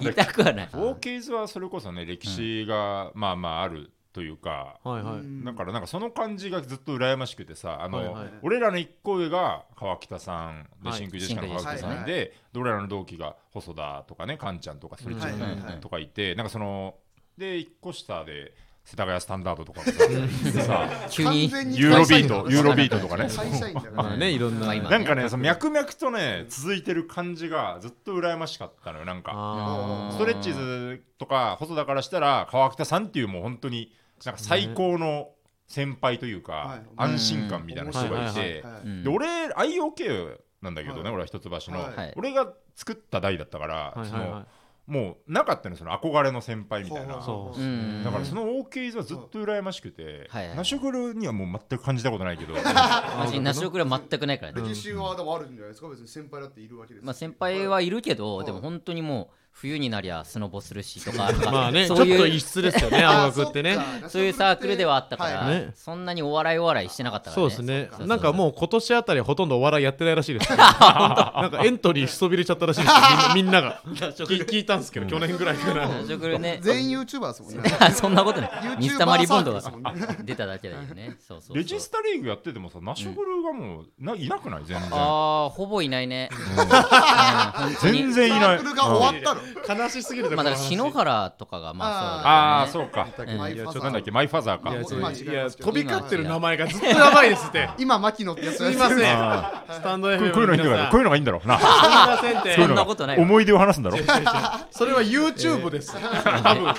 Speaker 1: 痛くはない
Speaker 2: ウォーケーズはそれこそね歴史がまあまああるというか、
Speaker 3: はいはい、
Speaker 4: うん
Speaker 2: だからなんかその感じがずっと羨ましくてさあの、
Speaker 3: はいはい
Speaker 2: 俺らの一個上が川北さんで
Speaker 3: はい
Speaker 2: 真空ジェシカの川北さん
Speaker 4: 真空ジェシカはい
Speaker 2: で、どれらの同期が細田とかねカンちゃんとかスリちゃ
Speaker 4: はいはい
Speaker 1: はい
Speaker 2: んとかいてなんかそので一個下で世田谷スタンダードとかもさでさ
Speaker 1: 急に
Speaker 4: 完全
Speaker 2: ユーロビート
Speaker 4: 会社員だから
Speaker 2: ユーロビートとかね
Speaker 4: 会社員だから
Speaker 3: まあ ねいろんな
Speaker 1: まあ今
Speaker 2: なんかねその脈々とね続いてる感じがずっと羨ましかったのよなんか
Speaker 3: あー
Speaker 2: ストレッチーズとか細田からしたら川北さんっていうもう本当になんか最高の先輩というか、
Speaker 4: はい
Speaker 2: 安心感みたいな人がいて。
Speaker 4: は
Speaker 1: う
Speaker 4: い
Speaker 1: ん
Speaker 2: で俺 IOK なんだけどね、
Speaker 4: はい
Speaker 2: 俺は一橋の、
Speaker 4: はい
Speaker 1: はい
Speaker 2: 俺が作った代だったから、
Speaker 3: はい
Speaker 2: そ
Speaker 3: はい
Speaker 2: の
Speaker 3: は
Speaker 2: もうなかったのよその憧れの先輩みたいな、
Speaker 3: そ
Speaker 4: ほ
Speaker 3: う
Speaker 4: うほうほう
Speaker 1: うん
Speaker 2: だからその OK はずっと羨ましくて、
Speaker 1: はいはい
Speaker 2: ナショグルにはもう全く感じたことないけど
Speaker 1: マジナショクラ全くないからね
Speaker 4: 歴史はでもあるんじゃないですか別に先輩だっているわけです
Speaker 1: まあ先輩はいるけど、
Speaker 4: はい
Speaker 1: でも本当にもう冬になりゃスノボするしとかなん
Speaker 3: い
Speaker 1: か
Speaker 3: まあねちょっ
Speaker 1: そう
Speaker 3: と
Speaker 1: い
Speaker 3: 異
Speaker 1: う
Speaker 3: 質です よね
Speaker 4: あ
Speaker 3: 青学ってね
Speaker 4: そっか
Speaker 1: そういうサークルではあったから、
Speaker 4: はい
Speaker 3: ね
Speaker 1: そんなにお笑いお笑いしてなかったから
Speaker 3: そう
Speaker 1: ね
Speaker 3: ですね
Speaker 1: そうそう
Speaker 3: なんかもう今年あたりほとんどお笑いやってないらし いです、ね、なんかエントリーしそびれちゃったらしいですみんなみんなが聞聞いたんですけど去年ぐらいから
Speaker 1: ナショクラね
Speaker 4: 全員 YouTuber ですもんね
Speaker 1: そんなことない水溜りボンドが
Speaker 4: サークルですもん
Speaker 1: 出ただけだよねそうそうそう
Speaker 2: レジスタリーグやっててもさナショグルがもうないなくない全然
Speaker 1: ああほぼいないね、 うん
Speaker 2: 全然いな
Speaker 4: サ
Speaker 2: い
Speaker 4: ークルが終わったの
Speaker 3: 悲しすぎる
Speaker 1: まあだから篠原とかがま
Speaker 2: あ
Speaker 1: あ
Speaker 2: あ
Speaker 1: そうだよね
Speaker 2: そうか
Speaker 1: うん
Speaker 4: マイファ
Speaker 3: ち
Speaker 4: さ
Speaker 3: ょっ
Speaker 4: ん
Speaker 3: と
Speaker 2: なんだっけマイファザーか
Speaker 3: いやちょっと
Speaker 4: 僕
Speaker 3: い
Speaker 4: 間違え
Speaker 3: や
Speaker 4: ますけど
Speaker 3: 飛び交ってる名前がずっとやばいですって
Speaker 4: 今牧野ってやつ
Speaker 3: すいません
Speaker 2: あ
Speaker 3: スタンド
Speaker 2: ーこう
Speaker 3: FM
Speaker 2: いうのいいんだ
Speaker 3: 皆
Speaker 2: か
Speaker 3: さ
Speaker 2: ら
Speaker 3: ん
Speaker 2: こういうのがいいんだろうな
Speaker 3: すいませんっ
Speaker 2: こうい
Speaker 3: て
Speaker 2: うの
Speaker 1: そん
Speaker 2: が
Speaker 1: なことないわ
Speaker 2: 思い出を話すんだろ
Speaker 3: それは YouTube です多分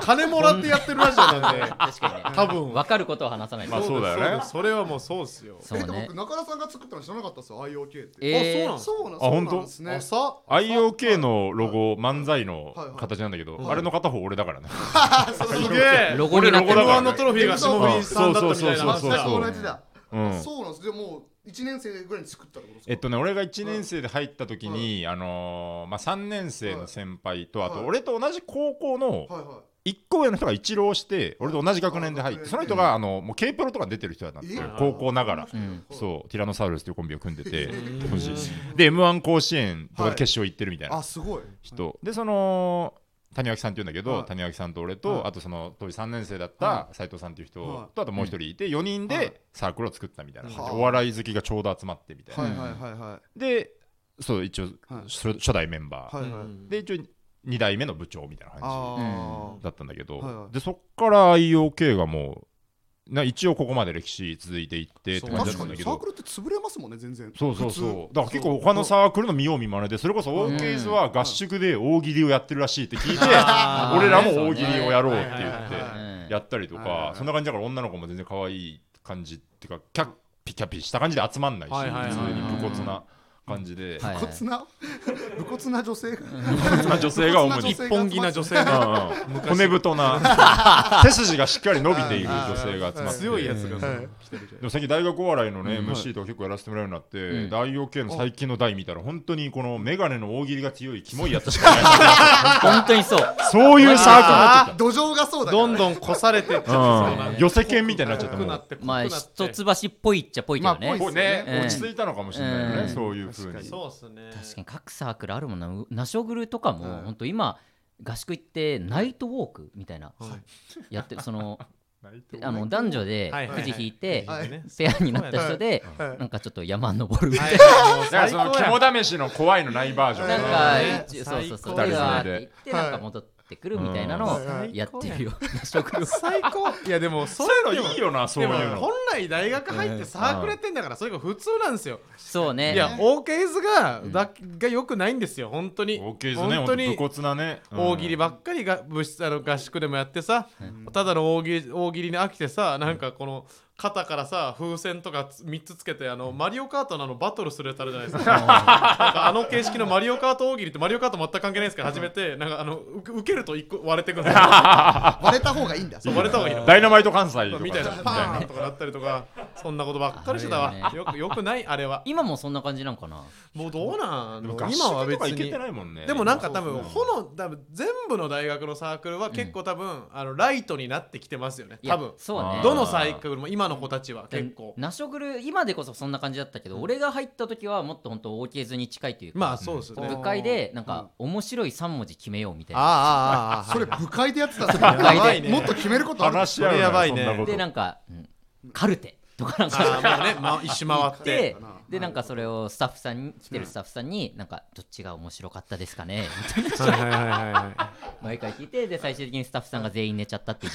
Speaker 3: 金もらってやってるラジオなんで
Speaker 1: 確かにね
Speaker 3: 多分
Speaker 1: 分かることを話さないと、
Speaker 2: まあそうだよね
Speaker 3: そうですそれはもうそうですよ
Speaker 1: そう
Speaker 4: えっと
Speaker 1: ね
Speaker 4: 僕中田さんが作ったの知らなかったですよ IOK って
Speaker 1: え
Speaker 3: あ
Speaker 1: ー、
Speaker 4: そうなん
Speaker 2: あ本当
Speaker 4: そうなんですね
Speaker 3: 朝
Speaker 2: IOK のロゴ漫才の
Speaker 4: はいはい
Speaker 2: 形なんだけど、
Speaker 4: はい
Speaker 2: あれの片方俺だからね
Speaker 3: すげえ
Speaker 1: ロゴになってる
Speaker 2: 俺ロゴだから
Speaker 3: M1
Speaker 2: ね
Speaker 3: のトロフィーが霜降りさんだったみたいな
Speaker 2: そうそうそうそう
Speaker 4: 同じだ
Speaker 2: うん
Speaker 4: そうなんですでもう1年生ぐらいに作ったってことですか
Speaker 2: えっとね、俺が1年生で入った時に、あのーまあ、3年生の先輩と、
Speaker 4: はい
Speaker 2: あと俺と同じ高校の
Speaker 4: はいは
Speaker 2: 1個上の人が一浪して俺と同じ学年で入って
Speaker 4: あ
Speaker 2: その人が、あのもう K プロとか出てる人だったんですよ
Speaker 4: え
Speaker 2: 高校ながら、
Speaker 1: うん
Speaker 2: そうティラノサウルスというコンビを組んでて
Speaker 3: うん
Speaker 2: 当時で m 1甲子園とか
Speaker 4: は
Speaker 2: で
Speaker 4: い
Speaker 2: 決勝行ってるみたいな
Speaker 4: あすごい
Speaker 2: 人、でその谷脇さんっていうんだけど、
Speaker 4: はい
Speaker 2: 谷脇さんと俺と、
Speaker 4: はい
Speaker 2: あとその当時3年生だっ
Speaker 4: は
Speaker 2: た斎藤さんっていう人、
Speaker 4: はい
Speaker 2: とあともう一人いて4人
Speaker 4: はい
Speaker 2: でサークルを作ったみたいな、
Speaker 4: はあ
Speaker 2: お笑い好きがちょうど集まってみたいな。
Speaker 4: はいはいはいは
Speaker 2: でそう一応、
Speaker 4: はい
Speaker 2: 初初代メンバー、
Speaker 4: いはいはい
Speaker 3: うん
Speaker 2: で一応2代目の部長みたいな感
Speaker 4: あ
Speaker 2: じだったんだけど、
Speaker 4: はいはい
Speaker 2: でそっから IOK がもうな一応ここまで歴史続いていってって
Speaker 4: あ
Speaker 2: 感じだっ
Speaker 4: 確
Speaker 2: た
Speaker 4: か
Speaker 2: んだ
Speaker 4: に
Speaker 2: け
Speaker 4: サー
Speaker 2: ど
Speaker 4: クルって潰れますもんね全然
Speaker 2: そうそうそうだから結構
Speaker 4: 他
Speaker 2: 他のサークルの見よう見まねでそれこそ
Speaker 4: うん
Speaker 2: OK ズは合宿で大喜利をやってるらしいって聞いて
Speaker 3: あー
Speaker 2: 俺らも大喜利をやろうって言
Speaker 3: はいはい
Speaker 2: っ
Speaker 3: はい
Speaker 2: て
Speaker 3: はい
Speaker 1: うん
Speaker 2: やったりと
Speaker 4: はいはいは
Speaker 2: か
Speaker 4: い
Speaker 2: そんな感じだから女の子も全然可愛い感じっていうかキャッピキャピした感じで集まんないし
Speaker 3: はいはいはい
Speaker 2: 普通に武骨な感じで。
Speaker 1: はい
Speaker 4: 武骨な武骨な女性が
Speaker 2: な女性が主に
Speaker 4: 武
Speaker 3: 一本気な女性が
Speaker 2: うんうん骨太な背筋がしっかり伸びている女性が集まって
Speaker 3: 強いやつが
Speaker 4: はい
Speaker 3: 来てるじゃん
Speaker 2: でも最近大学お笑いのね
Speaker 4: うん
Speaker 2: MC とか結構やらせてもらうようになって、
Speaker 1: うん
Speaker 2: 大王系の最近の台見たら本当にこのメガネの大喜利が強いキモいやつしかいない
Speaker 1: 本当にそう
Speaker 2: そういうサークルになっちゃっ
Speaker 4: 土壌がそうだから
Speaker 3: どんどん越されてっちゃってそうな
Speaker 2: た、
Speaker 3: ん
Speaker 2: う
Speaker 3: か
Speaker 2: ん、寄せ犬みたいになっちゃったも
Speaker 3: 濃くな
Speaker 2: う
Speaker 3: って濃く
Speaker 1: まあ
Speaker 3: なって
Speaker 1: 一橋っぽいっちゃっぽいけど
Speaker 4: まあ
Speaker 1: ね
Speaker 4: っぽ
Speaker 2: こう
Speaker 4: いです
Speaker 2: ね
Speaker 4: よ、
Speaker 1: ね
Speaker 2: 落ち着いたのかもしれないよね、
Speaker 1: うん
Speaker 2: そういうふうに
Speaker 3: そうっすね
Speaker 1: 確かに各サークルあるもんなうナショグルとかも、
Speaker 4: はい
Speaker 1: 本当今合宿行ってナイトウォークみたいな、
Speaker 3: は
Speaker 1: や ってその
Speaker 2: 泣いて
Speaker 1: あの男女で
Speaker 3: はいはいは
Speaker 1: く
Speaker 3: い
Speaker 1: じ引いて、
Speaker 4: はい
Speaker 1: ペアになった人で、
Speaker 4: はい
Speaker 1: なんかちょっと山登るみたい
Speaker 2: だからその肝試しの怖いのないバージョ ン
Speaker 1: な、
Speaker 4: い
Speaker 1: なんか
Speaker 3: 最
Speaker 1: 一
Speaker 3: 高
Speaker 1: そう
Speaker 3: や
Speaker 1: そうそう
Speaker 2: 二人で
Speaker 1: ペアで行って
Speaker 4: はい
Speaker 1: なんか戻ってくるみたいなのを
Speaker 4: はい
Speaker 1: やってるような職業
Speaker 3: 最高いやでもそ
Speaker 2: そううい
Speaker 3: い
Speaker 2: うう
Speaker 3: の
Speaker 2: の
Speaker 3: い
Speaker 2: い
Speaker 3: い
Speaker 2: い
Speaker 3: よ
Speaker 2: よなそう
Speaker 3: で
Speaker 2: いう
Speaker 3: も
Speaker 2: の
Speaker 3: 本来大学入ってサークルやってんだからそれが普通なんですよ
Speaker 1: そうね
Speaker 3: いや OKs がだが良くないんですよ本当に
Speaker 2: オーケーズね
Speaker 3: 本
Speaker 2: 本
Speaker 3: 当
Speaker 2: 当
Speaker 3: に
Speaker 2: に武骨なね、うん
Speaker 3: 大喜利ばっかりが物質あの合宿でもやってさ、ただの大喜利大喜利に飽きてさなんかこの肩からさ風船とか3つつけてあのマリオカートのあのバトルするやつあるじゃない ですかなんかあの形式のマリオカート大喜利ってマリオカート全く関係ないですから初めてなんかあのう受けると1個割れてく るんですよ
Speaker 4: 割れた方がいいん だ
Speaker 3: そう割れた方がいいの
Speaker 2: ダイナマイト関西とか
Speaker 3: みたいなパーンとかなったりとかそんなことばっかりしてたわ
Speaker 1: あれよ
Speaker 3: よくよくないあれは
Speaker 1: 今もそんな感じなんかな
Speaker 3: もうどうなん
Speaker 2: でも
Speaker 3: の
Speaker 2: 合
Speaker 3: 今は
Speaker 2: 宿と
Speaker 3: 別
Speaker 2: か行け
Speaker 3: に
Speaker 2: てないもんね
Speaker 3: でもなんか多分
Speaker 2: そうそう
Speaker 3: ほの多分全部の大学のサークルは結構多分、あのライトになってきてますよね
Speaker 1: いや
Speaker 3: 多分
Speaker 1: そうね
Speaker 2: あー
Speaker 3: どのサークルも今の子たちは結構
Speaker 1: ナショグル今でこそそんな感じだったけど、俺が入った時はもっと本当 OK ずに近いというか、
Speaker 3: まあそうですよね、
Speaker 1: 部会でなんか面白い3文字決めようみたいな
Speaker 3: ああああああ
Speaker 4: それ部会でやってたんです
Speaker 1: 部会で
Speaker 4: よもっと決めることある
Speaker 2: 話し合うな
Speaker 3: それやばい
Speaker 2: そ
Speaker 3: ね
Speaker 2: んなこと
Speaker 1: でなんか、うんカルテとかなん
Speaker 3: あ
Speaker 1: か
Speaker 3: ーもうね、ま、一周回っ
Speaker 1: で
Speaker 3: て
Speaker 1: でなんかそれをスタッフさんに来てるスタッフさんになんかどっちが面白かったですかねみたいな
Speaker 3: はいはいはいは
Speaker 1: 毎回聞いてで最終的にスタッフさんが全員寝ちゃったっていう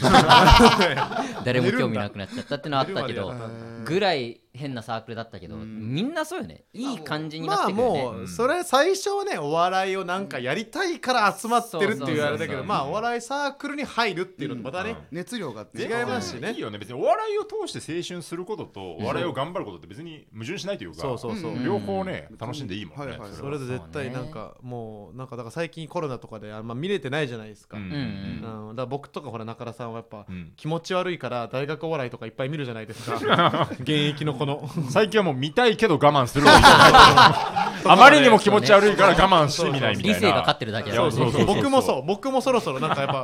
Speaker 1: 誰も興味なくなっちゃったっていうのはあったけど
Speaker 3: 寝るまで
Speaker 1: ぐらい変なサークルだったけど
Speaker 4: ん
Speaker 1: みんなそうよねいい感じ
Speaker 3: い
Speaker 1: にな
Speaker 3: ま
Speaker 1: っ
Speaker 3: あ
Speaker 1: てくるよね、
Speaker 3: もうそれ最初はねお笑いをなんかやりたいから集まってるっていうあれだけ
Speaker 1: そうそうそうそ
Speaker 3: ど
Speaker 1: う
Speaker 3: まあお笑いサークルに入るっていうのとまたね、
Speaker 4: 熱量があって
Speaker 3: 違いますしね
Speaker 2: いいよね別にお笑いを通して青春することとお笑いを頑張ることって別に矛盾しないというか
Speaker 3: そうそうそう、
Speaker 1: ん
Speaker 2: 両方ね楽しんでいいもん
Speaker 4: は
Speaker 2: ね
Speaker 4: いはい
Speaker 2: そ
Speaker 3: そ
Speaker 2: れは
Speaker 3: れで絶対なんかもうなんかだから最近コロナとかであんま見れてないじゃないですか、
Speaker 2: う
Speaker 3: うん
Speaker 2: ん
Speaker 1: うん
Speaker 3: だから僕とかほら中田さんはやっぱ
Speaker 2: うん
Speaker 3: 気持ち悪いから大学お笑いとかいっぱい見るじゃないですか 現役のこの
Speaker 2: 最近はもう見たいけど我慢するあまりにも 気持ち悪いから我慢してみないみたいな
Speaker 1: 理性が勝ってるだけだ
Speaker 2: いやそうそうそう
Speaker 3: 僕もそう僕もそろそろなんかやっ ぱ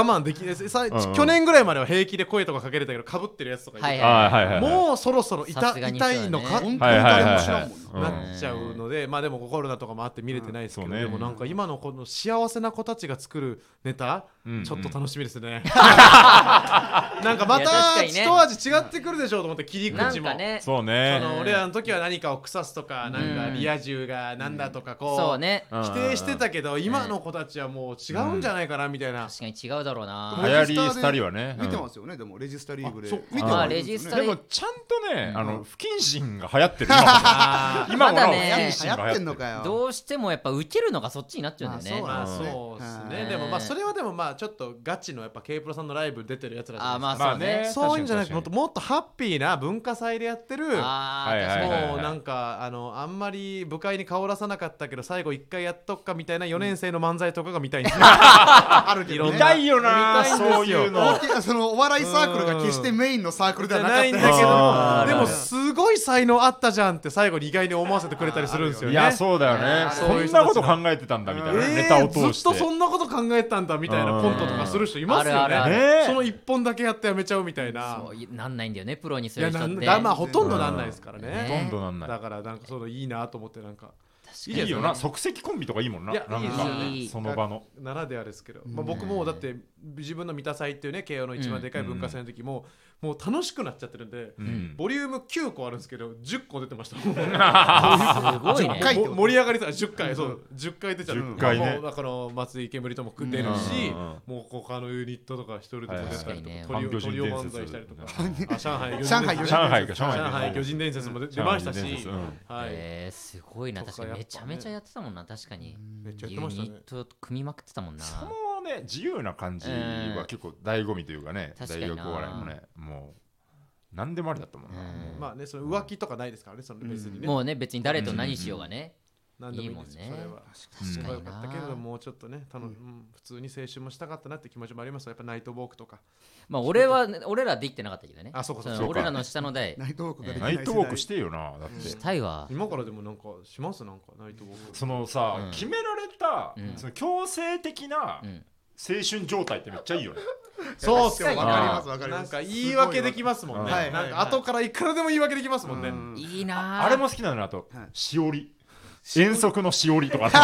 Speaker 3: 我慢できさ去年ぐらいまでは平気で声とかかけれたけどかぶってるやつとかいて
Speaker 1: はい
Speaker 2: あーはいはいはい
Speaker 3: もうそろそろ痛,、
Speaker 1: さすがにそうだ
Speaker 3: 痛
Speaker 1: よね
Speaker 3: いのか
Speaker 4: 本当に
Speaker 2: はいはいはい
Speaker 4: 誰も知
Speaker 2: は
Speaker 4: ら
Speaker 2: い
Speaker 4: んもんな
Speaker 2: うん
Speaker 3: なっちゃうので、まあでもコロナとかもあって見れてないですけど、
Speaker 2: うんそうね
Speaker 3: でもなんか今のこの幸せな子たちが作るネタ、
Speaker 2: うん
Speaker 3: ちょっと楽しみです ね。なんかま
Speaker 1: いや確か
Speaker 3: た
Speaker 1: にね
Speaker 3: 一味違ってくるでしょうと思って切り口も。
Speaker 1: なんかね
Speaker 2: そう
Speaker 3: そ
Speaker 2: ね
Speaker 3: の俺らの時は何かを腐すとか、なんかリア充がなんだとかこう,、
Speaker 1: そうね
Speaker 2: うん
Speaker 3: 否定してたけど、今の子たちはもう違うんじゃないかなみたいな、
Speaker 1: 確かに違うだろうな
Speaker 2: 流行り廃りはね
Speaker 4: 見てますよねでもレジスタリーグで
Speaker 3: あそう
Speaker 4: 見て
Speaker 2: あー
Speaker 4: はいるん
Speaker 1: レジ
Speaker 4: です
Speaker 1: ス
Speaker 4: よ
Speaker 1: タ
Speaker 4: ね
Speaker 1: リ
Speaker 2: で
Speaker 1: ー
Speaker 2: もちゃんとねあの不謹慎が流行ってる
Speaker 3: あ
Speaker 2: 今
Speaker 1: ま
Speaker 2: もな
Speaker 1: だ
Speaker 2: お不
Speaker 1: ね
Speaker 2: 謹
Speaker 4: 流
Speaker 2: 慎が
Speaker 4: 行ってんの
Speaker 2: る
Speaker 4: かよ
Speaker 1: どうしてもやっぱ受けるのがそっちになっちゃうんだよね、
Speaker 3: まあ
Speaker 2: うん
Speaker 3: そうです
Speaker 4: は
Speaker 3: ね
Speaker 4: い
Speaker 3: でもまあそれはでもまあちょっとガチのやっぱ K プロさんのライブ出てるやつらじゃないですか
Speaker 1: あーまあそ
Speaker 2: まあ
Speaker 1: う
Speaker 2: ね
Speaker 1: ね
Speaker 3: そういうんじゃなくてもっ
Speaker 2: 確
Speaker 3: と
Speaker 2: か
Speaker 3: もっとハッピーな文化祭でやってるも
Speaker 1: あ
Speaker 2: はいはいはいう
Speaker 3: なんかあのあんまり部会に顔出さなかったけど最後一回やっとくかみたいな4年生の漫才とかが見たい んですよあるけど
Speaker 2: に見たいよな
Speaker 3: 見たいんですよ
Speaker 2: そういうの
Speaker 4: 大きなそのお笑いサークルが決してメインのサークル
Speaker 3: じ
Speaker 4: ではな
Speaker 3: ゃ
Speaker 4: か
Speaker 3: な
Speaker 4: っ
Speaker 3: いん
Speaker 4: た
Speaker 3: だ
Speaker 4: や
Speaker 3: け
Speaker 4: つ
Speaker 2: あー
Speaker 3: どでもすごい才能あったじゃんって最後に意外に思わせてくれたりするんですよ
Speaker 2: い
Speaker 3: ね
Speaker 2: やそうだよ
Speaker 1: あ
Speaker 2: ね
Speaker 1: ー
Speaker 2: そんなこと考えてたんだみたいな
Speaker 3: え
Speaker 2: ネタを
Speaker 3: ー、
Speaker 2: 通
Speaker 3: ず
Speaker 2: し
Speaker 3: ってとそんなこと考えてたんだみたいなコントとかする人います
Speaker 1: うんあ
Speaker 3: よ
Speaker 1: るある
Speaker 2: ある
Speaker 3: ねその一本だけやってやめちゃうみたいな
Speaker 1: そういなんないんだよねプロにす
Speaker 3: い
Speaker 1: る
Speaker 3: や
Speaker 1: 人
Speaker 3: な
Speaker 1: っ
Speaker 3: ん
Speaker 1: て
Speaker 3: だまあほとんどなんないですから
Speaker 1: ね
Speaker 3: ね
Speaker 2: どんどんなんな
Speaker 3: だ
Speaker 2: い
Speaker 3: からなんかそのいいなと思ってなんか
Speaker 2: いいよな即席コンビとかいいもんない
Speaker 3: や
Speaker 2: なんか
Speaker 1: いいです
Speaker 2: そ
Speaker 1: よ
Speaker 2: の場の
Speaker 3: ならではですけど、まあ、僕もだって自分の「満たさい」っていうね慶応の一番でかい文化祭の時も、もう楽しくなっちゃってるんで、
Speaker 2: ん
Speaker 3: ボリューム9個あるんですけど10個出てました
Speaker 1: すごいね
Speaker 4: 回ってこ
Speaker 3: も
Speaker 4: と
Speaker 3: 盛り上がりさ10回そう10回出ちゃう
Speaker 2: 10回ね
Speaker 3: もうだから松井煙とも出るし、
Speaker 2: うん
Speaker 3: もう他のユニットとか一人で出たりとか、
Speaker 2: はいはい
Speaker 3: トリオトリオ
Speaker 2: 環
Speaker 3: 漫
Speaker 2: 境人
Speaker 3: 才
Speaker 2: 伝説
Speaker 3: したりと かあ上海魚人伝
Speaker 4: 上
Speaker 3: 説
Speaker 4: 海魚人
Speaker 2: 上海か上海
Speaker 3: 上海魚
Speaker 2: 人
Speaker 3: 人伝説も出出ました
Speaker 2: 上海魚人伝
Speaker 3: し、
Speaker 2: 説うん
Speaker 3: はい、
Speaker 1: えー、 すごいな
Speaker 3: とか
Speaker 1: 確かに
Speaker 3: やっ
Speaker 1: めち
Speaker 3: ぱ
Speaker 1: ゃめちゃやってたもんな確かに
Speaker 3: めっちゃ
Speaker 1: ユ
Speaker 3: やってました
Speaker 1: ニ
Speaker 3: ね
Speaker 1: ット組みまくってたもんな
Speaker 2: そのね自由な感じは結構醍醐味というかね
Speaker 1: うん
Speaker 2: 大学お笑いもねもう何でもありだったもんな
Speaker 1: うん
Speaker 3: まあねその浮気とかないですからねその別にね、
Speaker 1: もうね別に誰と何しようがね、
Speaker 3: 何でもいいですよ
Speaker 1: いいもんね
Speaker 3: それは
Speaker 1: 確か
Speaker 3: よ
Speaker 1: に
Speaker 3: か
Speaker 1: な
Speaker 3: ったけれどもうちょっとねたの、うん、普通に青春もしたかったなって気持ちもありますよやっぱナイトウォークとか
Speaker 1: まあ俺は俺らできてなかったけどね
Speaker 3: あそうかそうか
Speaker 1: の
Speaker 2: そうか
Speaker 1: 俺らの下の代
Speaker 4: ナイトウォークができ
Speaker 2: ナ
Speaker 4: ない
Speaker 2: イトウォークしてよなだっ
Speaker 1: してたいわ
Speaker 3: 今からでもなんかしますなんかナイトウォーク
Speaker 2: そのさ、
Speaker 1: うん
Speaker 2: 決められた、
Speaker 1: うん
Speaker 2: その強制的な
Speaker 1: うん
Speaker 2: 青春状態ってめっちゃいいよね、
Speaker 3: そうっ
Speaker 4: 世代
Speaker 2: よ
Speaker 4: わかりますわかり
Speaker 3: な
Speaker 4: ま
Speaker 3: ん
Speaker 4: す
Speaker 3: か言い訳できますもんね、
Speaker 2: はい
Speaker 3: なんか後からいくらでも言い訳できますもんね、
Speaker 4: うん
Speaker 1: いいな
Speaker 2: あれも好きなのよあと、
Speaker 4: はい
Speaker 2: しおり遠足のしおりとかあった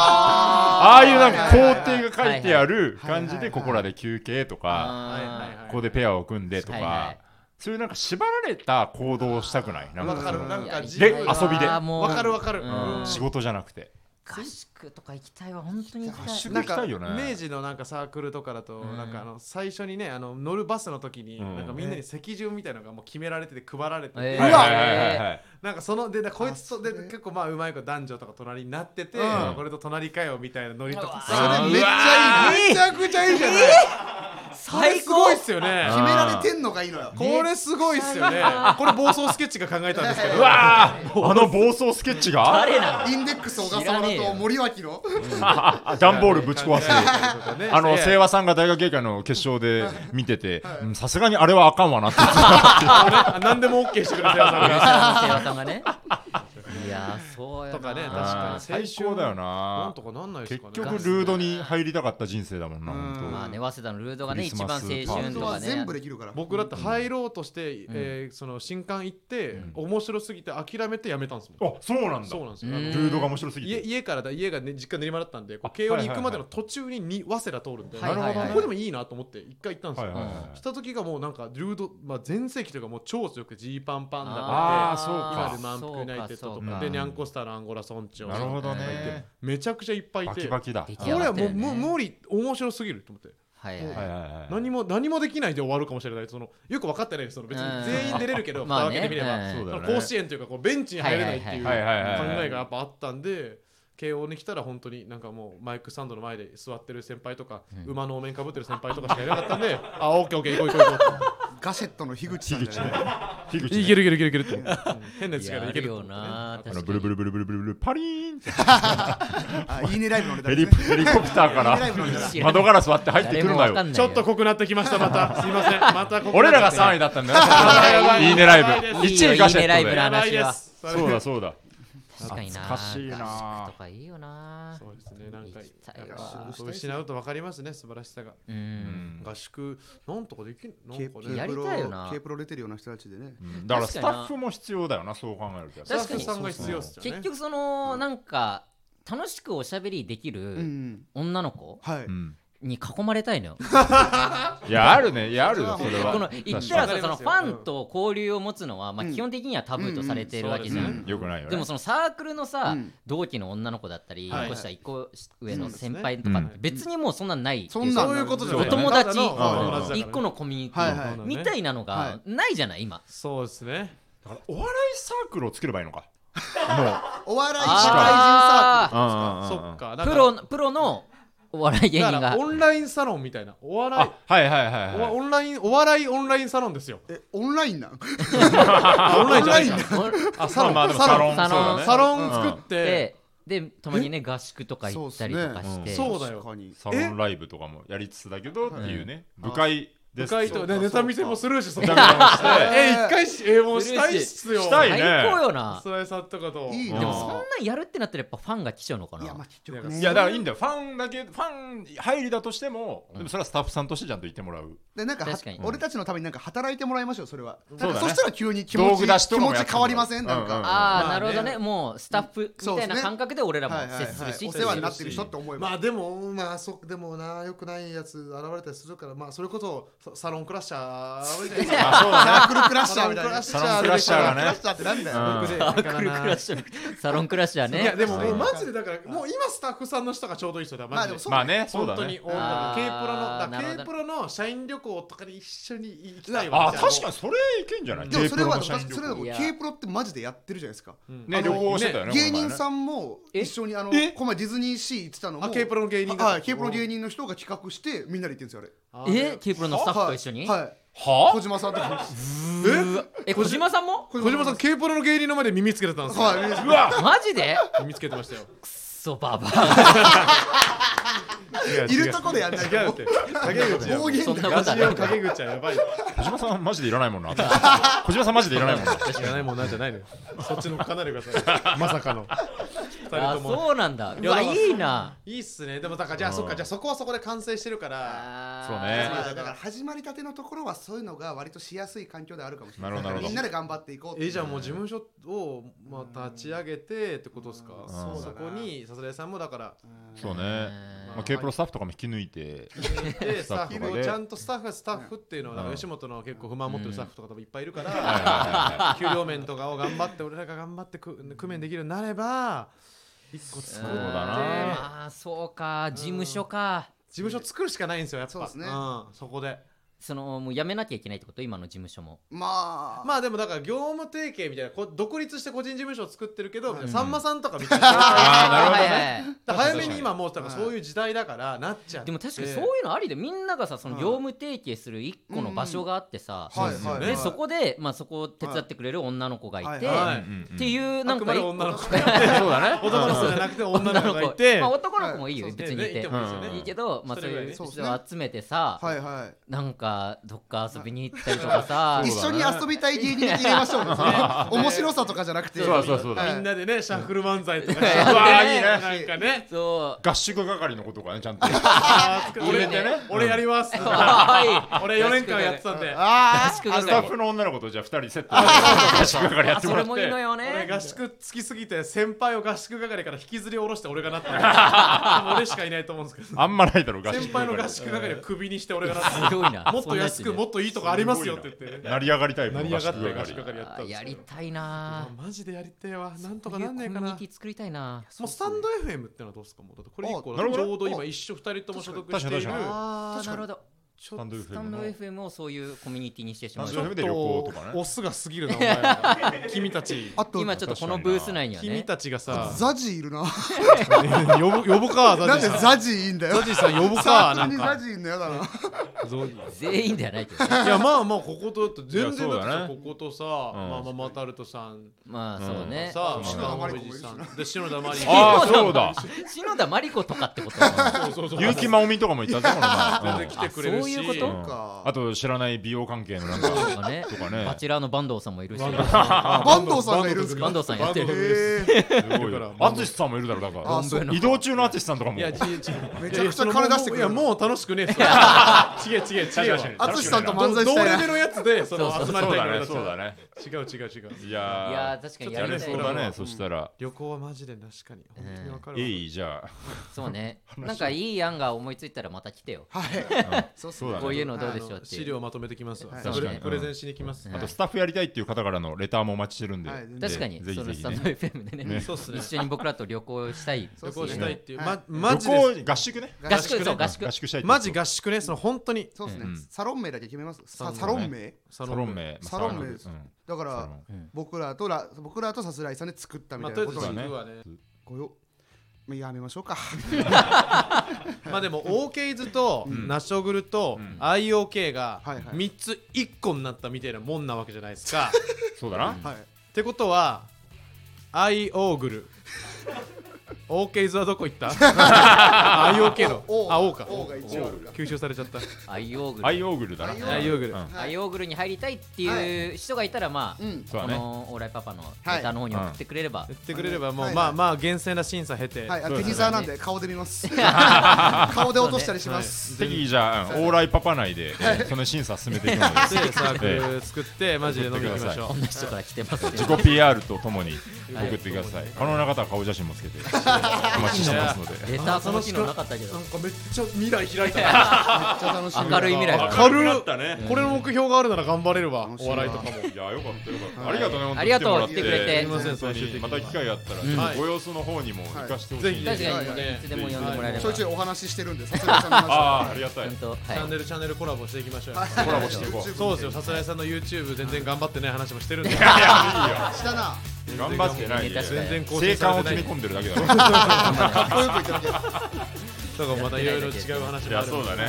Speaker 2: ああいうなんか工程が書いてある感じ
Speaker 4: はいは
Speaker 2: で
Speaker 4: い
Speaker 2: ここらで休憩とか
Speaker 3: はいはい
Speaker 1: あ
Speaker 3: はい
Speaker 2: ここでペアを組んでとか、
Speaker 1: はいはい
Speaker 2: そういうなんか縛られた行動をしたくないなん
Speaker 3: わ
Speaker 2: か
Speaker 3: か
Speaker 2: そ
Speaker 3: る
Speaker 2: の
Speaker 3: なんか自
Speaker 2: で
Speaker 3: 由な
Speaker 2: 遊びで
Speaker 1: あーもう
Speaker 3: わかるわかる、
Speaker 1: うん
Speaker 2: 仕事じゃなくて
Speaker 1: 合宿とか行きたいわ本当に行きたい
Speaker 2: 宿
Speaker 3: なん
Speaker 2: 行き
Speaker 3: か
Speaker 2: たいよね
Speaker 3: 明治のなんかサークルとかだと、
Speaker 1: うん
Speaker 3: なんかあの最初にねあの乗るバスの時に、
Speaker 2: うん
Speaker 3: なんかみんなに席順みたいなのがもう決められてて配られてて、
Speaker 1: えー
Speaker 2: はい
Speaker 1: わ
Speaker 2: はいはいはい
Speaker 3: なんかそのでだこいつと
Speaker 4: あ
Speaker 3: で
Speaker 4: それ
Speaker 3: 結構まあうまい子男女とか隣になってて、
Speaker 2: うん
Speaker 3: これと隣かよみたいなノリとか
Speaker 4: そ
Speaker 3: さ
Speaker 4: れめっちゃいいめちゃくちゃいいじゃない
Speaker 3: これ
Speaker 1: 最
Speaker 3: すご
Speaker 1: 高
Speaker 3: いっすよね
Speaker 1: あ
Speaker 4: 決められてんのがいいのよ
Speaker 3: これすごいっすよねこれ暴走スケッチが考えたんですけど
Speaker 4: うわ
Speaker 2: ああの暴走スケッチが
Speaker 1: 誰なの
Speaker 4: インデックス小笠原
Speaker 1: 知らねえ
Speaker 4: と
Speaker 1: よ
Speaker 4: 森脇の
Speaker 2: 段ボールぶち 壊す
Speaker 3: す
Speaker 2: あの清和さんが大学芸会の決勝で見ててうんさすがにあれはあかんわなって言ってた
Speaker 3: 何でも OK してく れてさんが
Speaker 1: 清和さんが ねいやーそうやな
Speaker 3: とかね確
Speaker 2: あ
Speaker 3: か
Speaker 2: ー
Speaker 3: に
Speaker 2: 最高だよな
Speaker 3: なんとかなんないです
Speaker 2: 結
Speaker 3: かね
Speaker 2: 局ルードに入りたかった人生だもんな
Speaker 4: うん
Speaker 1: まあ
Speaker 2: 本
Speaker 1: ね早稲田のルードがね
Speaker 2: クリ
Speaker 1: 一
Speaker 2: スマ
Speaker 1: 番青
Speaker 2: ス
Speaker 1: 春
Speaker 2: パーティー
Speaker 4: 本当
Speaker 1: と
Speaker 4: は
Speaker 1: か
Speaker 4: 全
Speaker 1: ね
Speaker 4: 部できるから
Speaker 3: 僕だって入ろうとして、えーその新刊行って、面白すぎて諦めてやめたんですもん、
Speaker 2: 当あそうなんだ
Speaker 3: そうなんです
Speaker 1: う
Speaker 3: よ、
Speaker 1: ん
Speaker 3: あの
Speaker 2: ルードが面白すぎ
Speaker 3: 家
Speaker 2: て
Speaker 3: 家からだ家が、ね、実家練馬だったんでこう
Speaker 2: あ
Speaker 3: 慶応に
Speaker 2: は
Speaker 3: 行
Speaker 2: いはいは
Speaker 3: くま
Speaker 2: い
Speaker 3: での途中にに早稲田通るんで、
Speaker 1: はいはいはい
Speaker 3: ここでもいいなと思って一回行ったんです
Speaker 2: はい
Speaker 3: よ、
Speaker 2: はいはい
Speaker 3: した時がもうなんかルード、まあ、全盛期というかもう超強くてジーパンパンダと
Speaker 2: あ
Speaker 3: か
Speaker 2: ーそう
Speaker 3: で
Speaker 2: か
Speaker 3: 今で満腹ユナイテッドと
Speaker 1: そう
Speaker 3: か
Speaker 1: か
Speaker 3: でニャンコスターのアンゴラ村長
Speaker 2: なるほどね
Speaker 3: めちゃくちゃいっぱいい
Speaker 2: バ
Speaker 3: て
Speaker 2: キバキだ
Speaker 1: 出来
Speaker 3: こ
Speaker 1: 上
Speaker 3: れ
Speaker 1: が
Speaker 3: は
Speaker 1: ってる
Speaker 3: も
Speaker 1: よね
Speaker 3: うもう無理面白すぎると思って。
Speaker 1: はいはい
Speaker 2: はいはいはい
Speaker 3: 何も何もできないで終わるかもしれないそのよく分かってないですその別
Speaker 1: うん
Speaker 3: に全員出れ るけど
Speaker 1: ま
Speaker 3: 蓋
Speaker 1: あ
Speaker 3: を
Speaker 1: ね
Speaker 3: 開けてみれば、
Speaker 1: うん
Speaker 2: そうだよ
Speaker 3: その
Speaker 2: ね
Speaker 3: 甲子園というかこうベンチに入れないっていう考
Speaker 2: はい
Speaker 3: え
Speaker 2: はいはいはい
Speaker 3: がやっぱあったんで慶応に来たら本当になんかもうマイクスタンドの前で座ってる先輩とか、馬のお面かぶってる先輩とかしかいなかったんであオッケーオッケー行こう行こう行こ
Speaker 4: ガセットの樋口さんじゃない
Speaker 2: 樋
Speaker 3: う
Speaker 2: 口
Speaker 3: い
Speaker 2: ね
Speaker 3: けるいけるいけるいけるって、うん変な
Speaker 1: い
Speaker 3: 力
Speaker 1: や
Speaker 3: い
Speaker 1: あ
Speaker 3: け
Speaker 1: る
Speaker 3: ると
Speaker 1: よ
Speaker 3: 思ってね
Speaker 1: な
Speaker 2: あ
Speaker 1: 確
Speaker 2: の
Speaker 1: か
Speaker 2: ブル
Speaker 1: に
Speaker 2: ブルブルブルブルブルパリーンって
Speaker 4: あいいねライブのネタ
Speaker 2: ヘ
Speaker 4: です
Speaker 2: リ
Speaker 4: ね
Speaker 2: ヘリコプターか
Speaker 4: いいねライブのネタ
Speaker 2: ら窓ガラス割って入って
Speaker 1: 誰
Speaker 2: くる
Speaker 1: も
Speaker 2: な
Speaker 1: わか
Speaker 2: よ
Speaker 1: んない
Speaker 3: ちょ
Speaker 1: よ
Speaker 3: っと濃くなってきましたまたすいませんまた濃くなってきました
Speaker 2: 俺らが3位だったんだよ
Speaker 3: やば
Speaker 2: な
Speaker 3: い
Speaker 2: いいねライブ
Speaker 1: いいよ
Speaker 2: 1位ガシェ
Speaker 1: いいねライ
Speaker 2: ッ
Speaker 1: ブ
Speaker 2: ト
Speaker 1: だ
Speaker 2: で
Speaker 3: やばいです
Speaker 2: そうだそうだ
Speaker 1: 確かにな
Speaker 2: 懐かしい
Speaker 1: 合
Speaker 2: な
Speaker 1: 宿とかいいよな
Speaker 3: そうですね、なんか
Speaker 1: 行きたいわ
Speaker 3: やっぱ失うと分かりますね、素晴らしさが。
Speaker 1: う
Speaker 2: うんん
Speaker 3: 合宿、なんとかできるなんか
Speaker 4: K-PRO
Speaker 1: や
Speaker 3: ね。
Speaker 1: りたいよな
Speaker 4: K-PRO 出てるような人たちでね
Speaker 2: うんだからスタッフも必要だよなそう考えるとやっぱ
Speaker 1: 確かに
Speaker 3: スタッフさんが必要っすよね。
Speaker 1: 結局そのなんか楽しくおしゃべりでき
Speaker 4: う
Speaker 1: る
Speaker 4: ん
Speaker 1: 女の子
Speaker 4: はい
Speaker 2: うん
Speaker 1: に囲まれたいのよ
Speaker 2: いやあるねいやあるよそれ
Speaker 1: こ
Speaker 2: は
Speaker 1: の言ったら
Speaker 3: わか
Speaker 1: さ
Speaker 3: り
Speaker 1: その
Speaker 3: ます
Speaker 1: フ
Speaker 3: よ
Speaker 1: ァンと交流を持つのは、まあ、
Speaker 4: うん
Speaker 1: 基本的にはタブーとされている
Speaker 3: うんう
Speaker 1: わ
Speaker 3: ん
Speaker 1: けじゃん、
Speaker 3: そう
Speaker 2: よくないよね
Speaker 1: でもそのサークルのさ、
Speaker 4: うん
Speaker 1: 同期の女の子だったり、
Speaker 3: はいはい
Speaker 1: こうした1個上の
Speaker 4: そう
Speaker 3: ですね
Speaker 1: 先輩とかって
Speaker 3: うん
Speaker 1: 別にもうそんなんないって
Speaker 4: そ
Speaker 1: い
Speaker 4: ん
Speaker 1: う
Speaker 4: な
Speaker 1: さ、
Speaker 4: ん
Speaker 3: そういうことじゃ
Speaker 2: な
Speaker 1: お
Speaker 2: い
Speaker 1: 友達
Speaker 3: ただの
Speaker 2: お友達だ
Speaker 3: からね
Speaker 1: 1個のコミュニテ
Speaker 4: はい
Speaker 1: ィ
Speaker 4: はい
Speaker 3: そう
Speaker 1: みたいなの
Speaker 4: は
Speaker 1: がないじゃない今
Speaker 3: そうですね。
Speaker 2: だからお笑いサークルを作ればいいのか
Speaker 4: お笑い社会人サー
Speaker 1: あ
Speaker 2: もう
Speaker 3: そっか。
Speaker 1: ー
Speaker 3: だか
Speaker 1: プ
Speaker 3: ら
Speaker 1: ロプロのお笑い芸人
Speaker 3: だか
Speaker 1: が
Speaker 3: らオンラインサロンみたいな。お笑い
Speaker 2: あ。はいはいはい
Speaker 3: お
Speaker 2: はい
Speaker 3: オンラインお笑いオンラインサロンですよ。
Speaker 4: クルえオンラ インなん
Speaker 3: あオンラインじゃないかあサロン
Speaker 2: まあまあでもサロン
Speaker 1: サロン
Speaker 2: そうだね
Speaker 3: サロン作って、
Speaker 1: でで共にね合宿とか行ったりとか
Speaker 2: そう
Speaker 1: し
Speaker 2: っすね
Speaker 1: て、
Speaker 3: そうだよ
Speaker 4: 確かに
Speaker 2: サロンライブとかもやりつつだけどっていうね
Speaker 4: うん
Speaker 2: 部会で
Speaker 3: 部
Speaker 2: すと
Speaker 3: 会とね
Speaker 4: そうか
Speaker 3: ネタ見せもするし、そん
Speaker 2: ネ
Speaker 3: な
Speaker 2: タ見せもし
Speaker 4: て
Speaker 3: え、一回し、え、もうしたいっすよ。
Speaker 2: したいね
Speaker 1: 最高よな
Speaker 3: スライサーとかと。
Speaker 4: いい
Speaker 1: で
Speaker 4: な
Speaker 1: もそんなんやるってなったらやっぱファンが来ちゃうのか
Speaker 4: い
Speaker 1: な
Speaker 4: やまあ結局ね
Speaker 2: いやだからいいんだよファンだけファン入りだとしてもでもそれはスタッフさんとしてちゃんと言ってもらう
Speaker 4: でなんかは
Speaker 1: 確かに
Speaker 4: 俺たちのためになんか働いてもらいましょうそれは
Speaker 2: だね
Speaker 4: なんかそしたら急に気持
Speaker 2: 道
Speaker 4: ち
Speaker 2: 具出しと
Speaker 4: 気
Speaker 2: か
Speaker 4: 持
Speaker 2: もやっ
Speaker 4: ち
Speaker 2: て
Speaker 4: 変わりませんなん
Speaker 2: うんうん
Speaker 4: か
Speaker 1: ああ、
Speaker 3: まあ
Speaker 1: な
Speaker 3: ね
Speaker 1: るほどねもうスタッフみたい
Speaker 4: そうです
Speaker 1: な
Speaker 4: ね
Speaker 1: 感覚で俺らも
Speaker 4: はいはい
Speaker 1: 接す
Speaker 4: は
Speaker 1: る
Speaker 4: い
Speaker 1: し
Speaker 4: お世話になってる人って思えば
Speaker 3: まあでもまあそでもなよくないやつ現れたりするからまあそれこそササロンクラッシャーみたいな
Speaker 2: あそう
Speaker 4: サ
Speaker 2: ね
Speaker 4: ークルクラッシャーみたいな
Speaker 3: サ
Speaker 2: ロンクラッシャーがね
Speaker 4: サロンクラッシャーってなんだよ
Speaker 2: うん
Speaker 3: 僕で
Speaker 1: サロンク
Speaker 3: だから な
Speaker 1: ラッシャーサロンクラッシャーね
Speaker 3: いやでももう
Speaker 2: うん
Speaker 3: マジでだからもう今スタッフさんの人がちょうどいい人だ
Speaker 4: まあ
Speaker 3: マ
Speaker 4: でも
Speaker 3: ジで
Speaker 4: そう
Speaker 2: まあねそうだ
Speaker 3: 本当に
Speaker 2: ね
Speaker 3: 大田
Speaker 1: あ
Speaker 3: 区 K プ
Speaker 1: ー
Speaker 3: ロのだ
Speaker 1: なるほど
Speaker 3: K プロの社員旅行とかに一緒に行きたいわ
Speaker 2: あ確かにそれいけんじゃない
Speaker 4: でもそれ
Speaker 2: J-PRO
Speaker 4: は
Speaker 2: の社員
Speaker 4: そ
Speaker 2: 旅
Speaker 4: れは
Speaker 2: 行
Speaker 4: もう
Speaker 1: いや
Speaker 4: K プロってマジでやってるじゃないですか
Speaker 3: に
Speaker 2: ね旅行してたよね
Speaker 4: 芸人
Speaker 2: ん
Speaker 4: さんも
Speaker 1: え
Speaker 4: 一緒にあの
Speaker 2: え
Speaker 4: この前ディズニーシー行ってたのも
Speaker 3: あ K プロの芸人が
Speaker 4: はい K プロの芸人の人が企画してみんなで行ってるんですよあれ
Speaker 1: え K プロのスタッフと一緒に、
Speaker 4: はい
Speaker 2: は
Speaker 4: 小島さんとか
Speaker 3: え
Speaker 1: え小島さんも
Speaker 3: 小島さん K プロの芸人の前で耳つけてたんですよ
Speaker 4: はいう
Speaker 2: わ
Speaker 1: マジで
Speaker 3: 耳つけてました よ
Speaker 1: クソババア
Speaker 4: いるとこでやんないと
Speaker 3: 違うって陰口や
Speaker 4: 暴言
Speaker 1: そんな
Speaker 3: ラ
Speaker 1: ことは
Speaker 3: ジ
Speaker 1: な
Speaker 3: オ
Speaker 1: い
Speaker 3: 陰口はやばい
Speaker 2: 小島さんマジでいらないもんな小島さんマジでいらないもんな
Speaker 3: 知らないもんなんじゃないのよそっちの離れがさ まさかの2
Speaker 1: あ
Speaker 3: 人とも
Speaker 1: そうなんだう
Speaker 3: いや
Speaker 1: わ
Speaker 3: だから
Speaker 1: いいない
Speaker 3: いっすねでもだからじゃあ
Speaker 2: うん
Speaker 3: そっかじゃあそこはそこで完成してるから
Speaker 2: そう
Speaker 1: あ
Speaker 2: ね
Speaker 1: ー
Speaker 4: まあだから始まりたてのところはそういうのが割としやすい環境であるかもしれない
Speaker 2: なるほどなるほど
Speaker 4: みんなで頑張っていこうってい
Speaker 3: え
Speaker 4: う
Speaker 3: じゃあもう事務所をまあ立ち上げてってことですか
Speaker 4: うん
Speaker 3: そこにさすらいさんもだから
Speaker 2: そうね
Speaker 1: うん
Speaker 2: まあ K プロスタッフとかも引き抜いて
Speaker 3: で
Speaker 2: ス
Speaker 3: ス
Speaker 2: タ
Speaker 3: タ
Speaker 2: ッ
Speaker 3: ッ
Speaker 2: フと
Speaker 3: フ
Speaker 2: か
Speaker 3: を
Speaker 2: で
Speaker 3: ちゃんとスタッフはスタッフっていうのはだか
Speaker 2: うん
Speaker 3: ら吉本の結構不満持ってるスタッフとか多分いっぱいいるか
Speaker 2: はいはい
Speaker 3: ら
Speaker 2: はいはい
Speaker 3: 給料面とかを頑張って俺らが頑張ってく工面できるようになれば一個
Speaker 1: そ
Speaker 3: 作
Speaker 1: うだ
Speaker 3: って
Speaker 2: な
Speaker 1: なあーそうか事務所か
Speaker 3: 事務所作るしかないんですよやっぱ
Speaker 4: そうっすね
Speaker 3: んそこで
Speaker 1: そのもう辞めなきゃいけないってこと今の事務所も
Speaker 4: まあ
Speaker 3: まあでもだから業務提携みたいなこ独立して個人事務所を作ってるけど、
Speaker 4: はい
Speaker 3: さんまさんとかみた いな
Speaker 2: あーなるほどね
Speaker 1: はいはい
Speaker 3: だから早めに今もうだからそういう時代だからなっちゃって
Speaker 1: でも確かにそういうのありでみんながさその業務提携する一個の場所があってさ、
Speaker 4: うんうん
Speaker 3: はいはい
Speaker 1: でそこで、まあ、そこを手伝ってくれる女の子がいて、
Speaker 4: はいはい
Speaker 2: うんうんうん
Speaker 1: っていうな
Speaker 3: あ
Speaker 1: ん
Speaker 3: く
Speaker 1: か
Speaker 3: ま
Speaker 1: い
Speaker 3: で女 の子
Speaker 2: そうだね
Speaker 3: 男の子じゃなくて女の子がいて
Speaker 1: まあ、男の子もいいよ、別にいて、
Speaker 3: ねねもいいですよね
Speaker 2: うん
Speaker 1: いいけど、まあ、
Speaker 3: 一
Speaker 1: そ
Speaker 3: 人
Speaker 1: う
Speaker 3: ぐらい
Speaker 1: いう
Speaker 3: ね
Speaker 1: 人
Speaker 4: そうです
Speaker 1: を集めてさ、
Speaker 4: はいはい
Speaker 1: なんかどっか遊びに行ったりとかさ
Speaker 2: は
Speaker 4: 一
Speaker 2: い
Speaker 4: 緒に遊びたい芸人に入れましょ うね面白さとかじゃなくて
Speaker 2: そうそうそう
Speaker 4: はい
Speaker 3: みんなでねシャッフル漫才とか
Speaker 1: う
Speaker 3: ね
Speaker 1: わーいいね
Speaker 3: なんかね
Speaker 1: そう
Speaker 2: 合宿係のことがねちゃんと
Speaker 3: あー
Speaker 1: いいね
Speaker 3: 俺ね俺やります
Speaker 1: かわいい
Speaker 3: 俺4年間やってたんで
Speaker 4: あ
Speaker 1: 合宿
Speaker 4: ー
Speaker 2: スタッフの女の子とじゃあ2人セットで合宿係や
Speaker 1: あ
Speaker 2: って
Speaker 1: そ
Speaker 2: もら
Speaker 1: れ
Speaker 2: っ
Speaker 1: もいいの
Speaker 2: て
Speaker 1: よね
Speaker 3: 俺合宿つきすぎて先輩を合宿係から引きずり下ろして俺がなったんだでも俺しかいないと思うんですけど
Speaker 2: あんまないだろ合宿係
Speaker 3: 先輩の合宿係をクビにして俺がなった
Speaker 1: すごいな
Speaker 3: もっと安くも
Speaker 1: っ
Speaker 3: っといいとこありますよって言って
Speaker 2: 成り上がりタイプ
Speaker 3: 成
Speaker 2: の
Speaker 3: り
Speaker 2: 合
Speaker 3: 上がっ
Speaker 2: 宿
Speaker 3: て合宿
Speaker 2: 係
Speaker 3: 係やってたんです
Speaker 1: や
Speaker 3: けど
Speaker 1: りたいな
Speaker 3: あマジでやりてえわなんと
Speaker 1: こ
Speaker 3: か
Speaker 1: ういう
Speaker 3: な
Speaker 1: んコ
Speaker 3: ね
Speaker 1: ミ
Speaker 3: えか
Speaker 1: ュ
Speaker 3: な
Speaker 1: ニティ作りたいな
Speaker 3: もうスタンド FM ってのはどうですかもうだってこれ以降
Speaker 2: あなるほ
Speaker 3: ち
Speaker 2: ど
Speaker 3: ょうど今一緒二人とも所属している
Speaker 2: 確かに確か
Speaker 1: あーなるほど
Speaker 3: ち
Speaker 2: ス
Speaker 3: ょっ
Speaker 2: タンド
Speaker 1: スタンド FM をそういうコミュニティにしてしまう
Speaker 2: スタンド FM で旅行とかね
Speaker 3: オスが過 ぎるなお前ら君たち
Speaker 4: あと
Speaker 1: 今ちょっとこのブース内には
Speaker 3: 君
Speaker 1: ね
Speaker 3: たちがさ
Speaker 4: ザジいるな
Speaker 3: 呼ぶ呼ぶかザ
Speaker 4: なん
Speaker 3: ジ
Speaker 4: で
Speaker 3: さん
Speaker 4: ザジいいんだよ
Speaker 3: ザジさん呼ぶ
Speaker 4: サ
Speaker 3: か
Speaker 4: ーク
Speaker 3: な
Speaker 4: ル
Speaker 3: ん
Speaker 4: に
Speaker 3: か
Speaker 4: ザジいんだよだな
Speaker 1: 全員ではないけどね
Speaker 3: いやまあまあこことだって全然
Speaker 2: いやそう
Speaker 3: だ
Speaker 2: だ
Speaker 3: っ
Speaker 2: ね
Speaker 3: てこことさ、まあママタルトさん
Speaker 1: まあそうね
Speaker 3: さあ
Speaker 2: うん
Speaker 3: 篠田真理子さんで篠田真理子
Speaker 2: ああそうだ
Speaker 1: 篠田真理子とかってこと
Speaker 3: そうそうそう
Speaker 2: 結城真央美とかもいたぞこの前
Speaker 3: 全
Speaker 2: うん
Speaker 3: 然来てくれるし
Speaker 1: あそういう こと
Speaker 2: うんあと知らない美容関係 のなんか
Speaker 1: なんかね
Speaker 2: とかね
Speaker 1: バチェラーの坂東さんもいるし
Speaker 4: 坂東さんがいるんですか
Speaker 1: 坂東さんやってる
Speaker 4: え
Speaker 2: すごい
Speaker 3: だか
Speaker 2: よ
Speaker 3: ら
Speaker 2: 淳さんもいるだろだか
Speaker 4: あそう
Speaker 2: ら移動中の淳さんとかも
Speaker 3: いや違う違う
Speaker 4: めちゃくちゃ金出してくる
Speaker 3: いやもう楽しくねえっす よ違え違え違えわ
Speaker 2: 確か
Speaker 4: ー
Speaker 2: に
Speaker 4: 淳さんと
Speaker 3: 同
Speaker 4: 漫才し
Speaker 3: 同
Speaker 4: た
Speaker 3: レ
Speaker 4: い
Speaker 3: ベ
Speaker 4: な
Speaker 3: ルのやつでその
Speaker 1: そうそう
Speaker 3: 集まり
Speaker 2: そう
Speaker 3: たい
Speaker 2: だ
Speaker 3: ぐらい
Speaker 2: ね
Speaker 3: った
Speaker 2: そうだね
Speaker 3: 違う違う違う
Speaker 2: い
Speaker 1: いや
Speaker 2: や
Speaker 1: ー確か
Speaker 2: ー
Speaker 1: に
Speaker 2: や
Speaker 1: やり
Speaker 2: れ
Speaker 1: たい
Speaker 2: そう
Speaker 1: な
Speaker 2: だねそしたら
Speaker 3: 旅行はマジで確かに本当にわかる
Speaker 2: え
Speaker 3: わ
Speaker 2: いじゃ
Speaker 1: そうねなんかいい案が思いついたらまた来てよ
Speaker 4: はいそうそう
Speaker 2: そうだね
Speaker 1: こういうのどうでしょうって
Speaker 3: 資
Speaker 1: いう
Speaker 3: 料まとめてきますわ
Speaker 4: はい
Speaker 3: プ
Speaker 2: 確か
Speaker 3: レ
Speaker 2: に
Speaker 3: プレゼンしに来ます
Speaker 1: うん
Speaker 2: ああとスタッフやりたいっていう方からのレターもお待ちしてるんで
Speaker 4: はい全然
Speaker 1: 確かに
Speaker 2: ぜ
Speaker 1: その
Speaker 2: ひぜ
Speaker 1: ス
Speaker 2: ひ
Speaker 1: タンド
Speaker 2: ね
Speaker 1: FM で
Speaker 2: ね
Speaker 1: ね
Speaker 3: そうっすね
Speaker 1: 一緒に僕らと旅行したい
Speaker 4: そう
Speaker 3: 旅
Speaker 4: っすね
Speaker 3: 行したいっていう
Speaker 4: はい
Speaker 3: まマ
Speaker 2: 旅
Speaker 3: ジで
Speaker 2: 行合宿ね
Speaker 1: 合宿そう合宿
Speaker 2: 合宿したいって
Speaker 3: マジ合宿ねその本当に
Speaker 4: そうですね、
Speaker 2: うん
Speaker 4: サロン名だけ決めますサ
Speaker 3: サ
Speaker 4: サ
Speaker 2: ロ
Speaker 4: ロ
Speaker 2: ン
Speaker 4: ン
Speaker 2: 名
Speaker 4: 名
Speaker 3: サ
Speaker 2: サロン
Speaker 3: 名
Speaker 2: 名
Speaker 4: サロン名です
Speaker 2: うん
Speaker 4: だか
Speaker 2: サロ
Speaker 4: ら
Speaker 2: ン
Speaker 4: 僕らとら僕らとさすらいさんで作ったみ
Speaker 3: ま
Speaker 4: た
Speaker 3: あ
Speaker 4: い
Speaker 3: と
Speaker 4: なこ
Speaker 3: りあえ
Speaker 4: と
Speaker 3: ず
Speaker 4: に、
Speaker 2: ね
Speaker 3: 軸はね
Speaker 4: ごよまあやめましょうか
Speaker 3: まあでも OK ズとナショグルと
Speaker 2: うん
Speaker 3: IOK が
Speaker 4: はいはい
Speaker 3: 3つ1個になったみたいなもんなわけじゃないですか
Speaker 2: そうだな
Speaker 4: はい
Speaker 3: ってことは IO グ ル OK ズはどこ行った ?IOK の
Speaker 4: お
Speaker 3: あ O か
Speaker 4: おが一応あるか
Speaker 3: 吸収されちゃった
Speaker 1: アイオーグ
Speaker 2: アイ
Speaker 1: ル
Speaker 2: オーグルだな
Speaker 4: アイ
Speaker 3: オーグル
Speaker 2: うん
Speaker 1: アイオーグルに入りたいっていう人がいたらまあ
Speaker 4: うん
Speaker 2: そう
Speaker 1: こ
Speaker 2: だね
Speaker 1: のオーライパパのネタの方に送ってくれれば
Speaker 3: 言ってくれればもう、
Speaker 4: はい
Speaker 3: まあまあ厳正な審査経て、
Speaker 4: はいあ
Speaker 2: そうですね
Speaker 4: テニサーなんで顔で見ます 顔で落としたりします、
Speaker 2: 適宜じゃあうんオーライパパ内でえその審査進めていくので
Speaker 3: でサー
Speaker 2: え
Speaker 3: クル作ってマジで飲みに行きましょ
Speaker 1: こんな人から来てますね
Speaker 2: 自己 PR とともに送ってください。可能な方は顔写真もつけてお待ちしてますので。
Speaker 1: レターその機能なかったけ
Speaker 3: う
Speaker 1: ど
Speaker 3: かめっちゃ未来開い
Speaker 4: めっち
Speaker 3: たな
Speaker 4: ゃ楽しみだ
Speaker 1: 明るい未来が
Speaker 3: 明るい
Speaker 2: たね。
Speaker 3: これの目標があるなら頑張れるわ
Speaker 4: 楽しみだ
Speaker 3: お笑いとかも
Speaker 2: いやよかったよかった。ありがとうね本当
Speaker 1: ありがとう
Speaker 2: 来
Speaker 1: 来て
Speaker 2: てもら
Speaker 1: くれて
Speaker 2: 本当に
Speaker 3: すいません最終的に
Speaker 2: また機会あったらちょっとご様子の方にも行かしてほ
Speaker 3: ぜ
Speaker 2: しい
Speaker 3: ひ
Speaker 2: ん
Speaker 3: ぜ
Speaker 2: で。
Speaker 1: 確
Speaker 3: ひ
Speaker 1: かにいつでも呼んでもらえれ
Speaker 4: ちょ
Speaker 1: ば
Speaker 4: いち
Speaker 1: ち
Speaker 4: ょいお話ししてるんでさすらいさんの話
Speaker 2: ああありがた
Speaker 1: ゃ
Speaker 2: い
Speaker 1: ん。と
Speaker 3: チャン
Speaker 1: は
Speaker 3: ネルチャンネルコラボしていきましょうよ
Speaker 2: コラボしていこう。
Speaker 3: そうですよさすらいさんの YouTube 全然頑張ってない話もしてるんで
Speaker 4: したな
Speaker 2: 頑張ってないで。
Speaker 3: 全然更
Speaker 2: 生
Speaker 3: 新さ
Speaker 2: 還を
Speaker 3: れて
Speaker 2: 詰
Speaker 3: ない
Speaker 2: め込んでるだけだろ。
Speaker 4: かっこよく言ってるけど
Speaker 3: とかまたいろいろ違う話
Speaker 2: い
Speaker 3: もあ
Speaker 2: や
Speaker 3: る
Speaker 2: そうだね。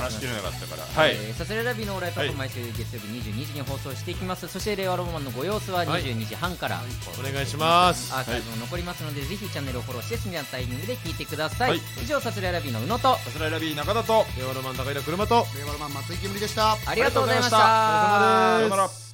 Speaker 2: 話しきれなかったから。はい
Speaker 1: い。えーサスレラビのオーライパパ毎週月曜日22時に放送していきますそして令和ロマンのご様子は22時半から
Speaker 3: お願いします
Speaker 1: アーカイブも残りますので、ぜひチャンネルをフォローして好きなタイミングで聞いてください、
Speaker 2: はい
Speaker 1: 以上サスレラビの宇野と
Speaker 2: さすらいラビー中田と。
Speaker 3: レオロマン高井田車と
Speaker 4: 令和ロマン松井けむりでした
Speaker 1: ありがとうございまし
Speaker 2: あ
Speaker 1: た
Speaker 2: りがとうございましたさようなら